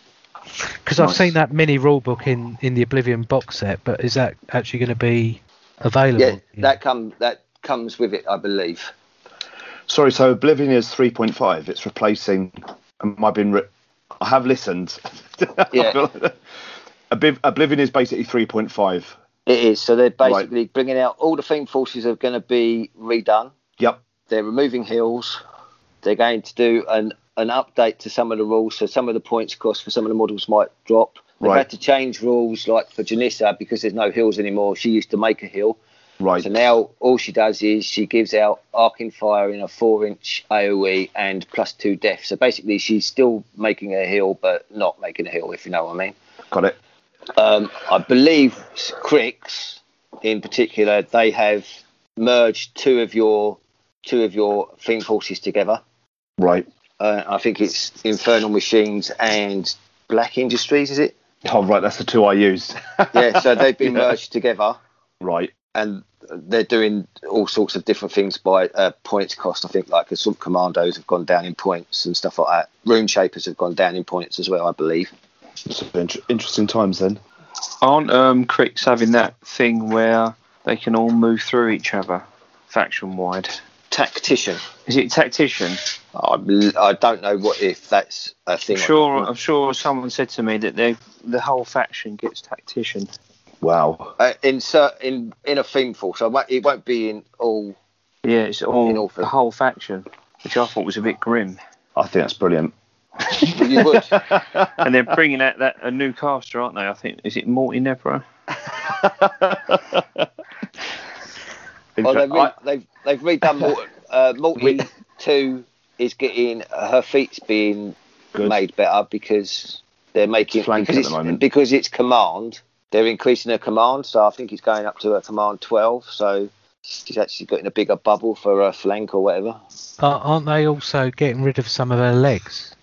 Speaker 1: Because I've
Speaker 2: Nice.
Speaker 1: seen that mini rule book in in the Oblivion box set, but is that actually going to be available?
Speaker 3: Yeah, that come that comes with it, I believe.
Speaker 2: Sorry, so Oblivion is 3.5. It's replacing. Am I being? Re- I have listened.
Speaker 3: Yeah.
Speaker 2: Obliv- Oblivion is basically 3.5.
Speaker 3: It is. So they're
Speaker 2: Right.
Speaker 3: basically bringing out all the theme forces are going to be redone.
Speaker 2: Yep.
Speaker 3: they're removing hills. They're going to do an an update to some of the rules, so some of the points cost for some of the models might drop. They've
Speaker 2: Right.
Speaker 3: had to change rules, like for Janissa, because there's no hills anymore. She used to make a hill,
Speaker 2: Right.
Speaker 3: so now all she does is she gives out arcing fire in a four-inch AOE and plus two death. So basically, she's still making a hill, but not making a hill, if you know what I mean.
Speaker 2: Got it.
Speaker 3: Um, I believe Cricks, in particular, they have merged two of your two of your theme forces together.
Speaker 2: Right.
Speaker 3: Uh, I think it's Infernal Machines and Black Industries, is it?
Speaker 2: Oh, right. That's the two I used.
Speaker 3: Yeah, so they've been
Speaker 2: Yeah.
Speaker 3: merged together
Speaker 2: Right.
Speaker 3: and they're doing all sorts of different things by uh, points cost. I think like Assault Commandos have gone down in points and stuff like that. Rune Shapers have gone down in points as well, I believe.
Speaker 2: It's inter- interesting times then.
Speaker 4: Aren't um, Cricks having that thing where they can all move through each other, faction wide?
Speaker 3: Tactician.
Speaker 4: Is it tactician?
Speaker 3: I, bel- I don't know what if that's a thing.
Speaker 4: I'm
Speaker 3: or
Speaker 4: sure.
Speaker 3: not.
Speaker 4: I'm sure someone said to me that they the whole faction gets tactician.
Speaker 2: Wow.
Speaker 3: uh, in cer- in in a theme force. I won't, it won't be in all.
Speaker 4: Yeah, it's
Speaker 3: In
Speaker 4: all,
Speaker 3: all
Speaker 4: the whole faction, which I thought was a bit grim.
Speaker 2: I think that's brilliant.
Speaker 3: You would.
Speaker 4: And they're bringing out that a new caster, aren't they? I think is it Morty Nebra?
Speaker 3: well, Oh, they've, re-
Speaker 2: I-
Speaker 3: they've they've redone Morton. Uh, Morton two is getting her feet's being
Speaker 2: Good.
Speaker 3: made better because they're making
Speaker 2: Flanking
Speaker 3: because
Speaker 2: at
Speaker 3: it's,
Speaker 2: the moment.
Speaker 3: because it's command. They're increasing her command, so I think it's going up to a command twelve. So she's actually getting a bigger bubble for her flank or whatever.
Speaker 1: Are- aren't they also getting rid of some of their legs?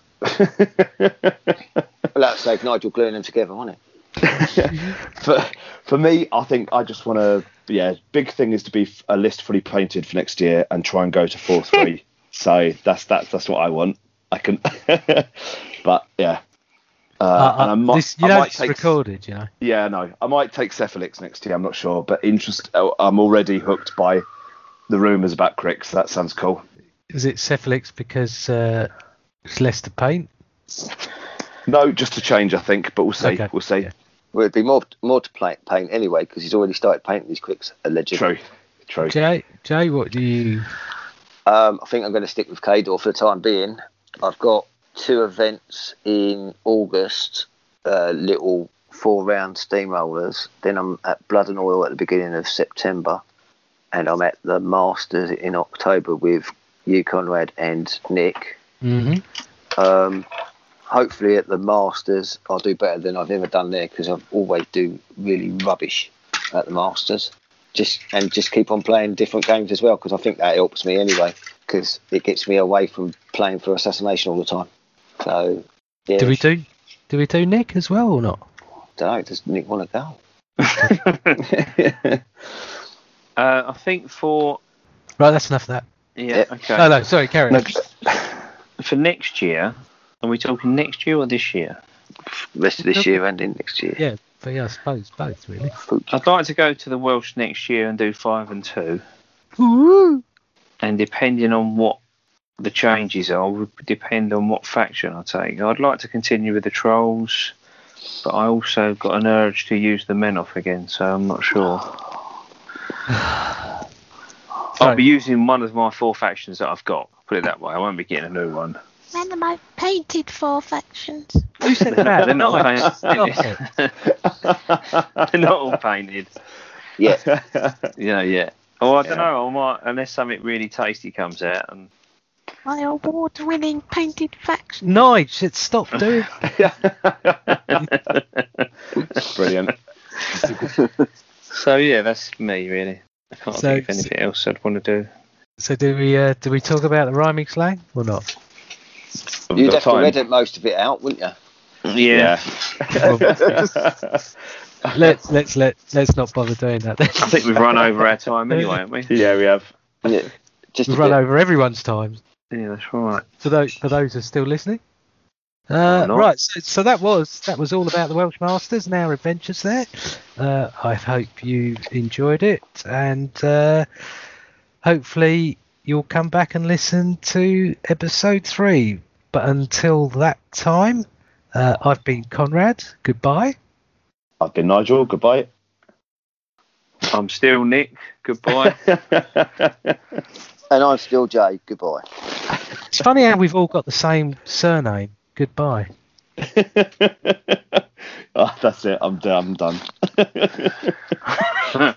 Speaker 3: Well, that's like Nigel gluing them together, wasn't it?
Speaker 2: for for me, I think I just want to. Yeah, big thing is to be f- a list fully painted for next year and try and go to four three. so that's that's that's what I want. I can, but yeah. Uh,
Speaker 1: Uh,
Speaker 2: and I might,
Speaker 1: this, you
Speaker 2: I
Speaker 1: know,
Speaker 2: might
Speaker 1: it's
Speaker 2: take-
Speaker 1: recorded. You know.
Speaker 2: Yeah, no, I might take Cephalix next year. I'm not sure, but interest. oh, I'm already hooked by the rumours about Cricks. That sounds cool.
Speaker 1: Is it Cephalix because uh, it's less to paint?
Speaker 2: No, just a change, I think. But we'll see.
Speaker 1: Okay.
Speaker 2: We'll see.
Speaker 1: Yeah.
Speaker 3: Well, it'd be more more to pla- paint anyway because he's already started painting these quicks allegedly.
Speaker 2: True. True.
Speaker 1: Jay, Jay, what do you?
Speaker 3: Um, I think I'm going to stick with Cador for the time being. I've got two events in August, uh, little four round steamrollers. Then I'm at Blood and Oil at the beginning of September, and I'm at the Masters in October with you, Conrad, and Nick.
Speaker 1: hmm
Speaker 3: Um, hopefully, at the Masters, I'll do better than I've ever done there because I always do really rubbish at the Masters. Just and just keep on playing different games as well because I think that helps me anyway because it gets me away from playing for assassination all the time. So, yeah,
Speaker 1: Do we do? Do we do Nick as well or not?
Speaker 3: don't know. Does Nick want to go?
Speaker 4: Uh, I think for
Speaker 1: Right, that's enough of that.
Speaker 4: yeah,
Speaker 3: Yeah.
Speaker 4: okay.
Speaker 1: Oh no, sorry, carry on.
Speaker 2: No,
Speaker 4: For next year, are we talking next year or this year?
Speaker 3: Rest of this year and in next year.
Speaker 1: Yeah, but yeah, I suppose both really.
Speaker 4: I'd like to go to the Welsh next year and do five and two. And depending on what the changes are would depend on what faction I take. I'd like to continue with the trolls, but I also got an urge to use the men off again, so I'm not sure. I'll
Speaker 1: So-
Speaker 4: be using one of my four factions that I've got. Put it that way, I won't be getting a new one.
Speaker 6: Remember my painted four factions.
Speaker 1: Who said
Speaker 4: They're not,
Speaker 1: that?
Speaker 4: they're not painted.
Speaker 1: Okay.
Speaker 4: they're not all painted.
Speaker 5: Yeah,
Speaker 4: Yeah, yeah. Oh, I
Speaker 5: Yeah.
Speaker 4: don't know. I might, unless something really tasty comes out, and
Speaker 6: My award winning painted faction.
Speaker 1: Nige, it's stop doing.
Speaker 2: Brilliant.
Speaker 4: so yeah, that's me really. I can't
Speaker 1: So-
Speaker 4: think of anything else I'd want to do.
Speaker 1: So do we? Uh, do we talk about the rhyming slang or not?
Speaker 2: Haven't
Speaker 5: you'd
Speaker 2: got
Speaker 5: have to
Speaker 2: time.
Speaker 5: edit most of it out, wouldn't you?
Speaker 2: Yeah.
Speaker 1: Let's let's let let's not bother doing that. Then.
Speaker 4: I think we've run over our time anyway, haven't we?
Speaker 2: yeah, we have.
Speaker 5: Yeah. Just a
Speaker 1: We've run
Speaker 5: bit.
Speaker 1: over everyone's time.
Speaker 4: Yeah, that's right.
Speaker 1: For those for those who are still listening. Uh,
Speaker 4: not?
Speaker 1: right, so, so that was that was all about the Welsh Masters and our adventures there. Uh, I hope you enjoyed it, and uh, hopefully you'll come back and listen to episode three. But until that time, uh, I've been Conrad. Goodbye.
Speaker 2: I've been Nigel. Goodbye.
Speaker 4: I'm still Nick. Goodbye.
Speaker 5: And I'm still Jay. Goodbye.
Speaker 1: It's funny how we've all got the same surname. Goodbye.
Speaker 2: oh, that's it. I'm done. I'm done.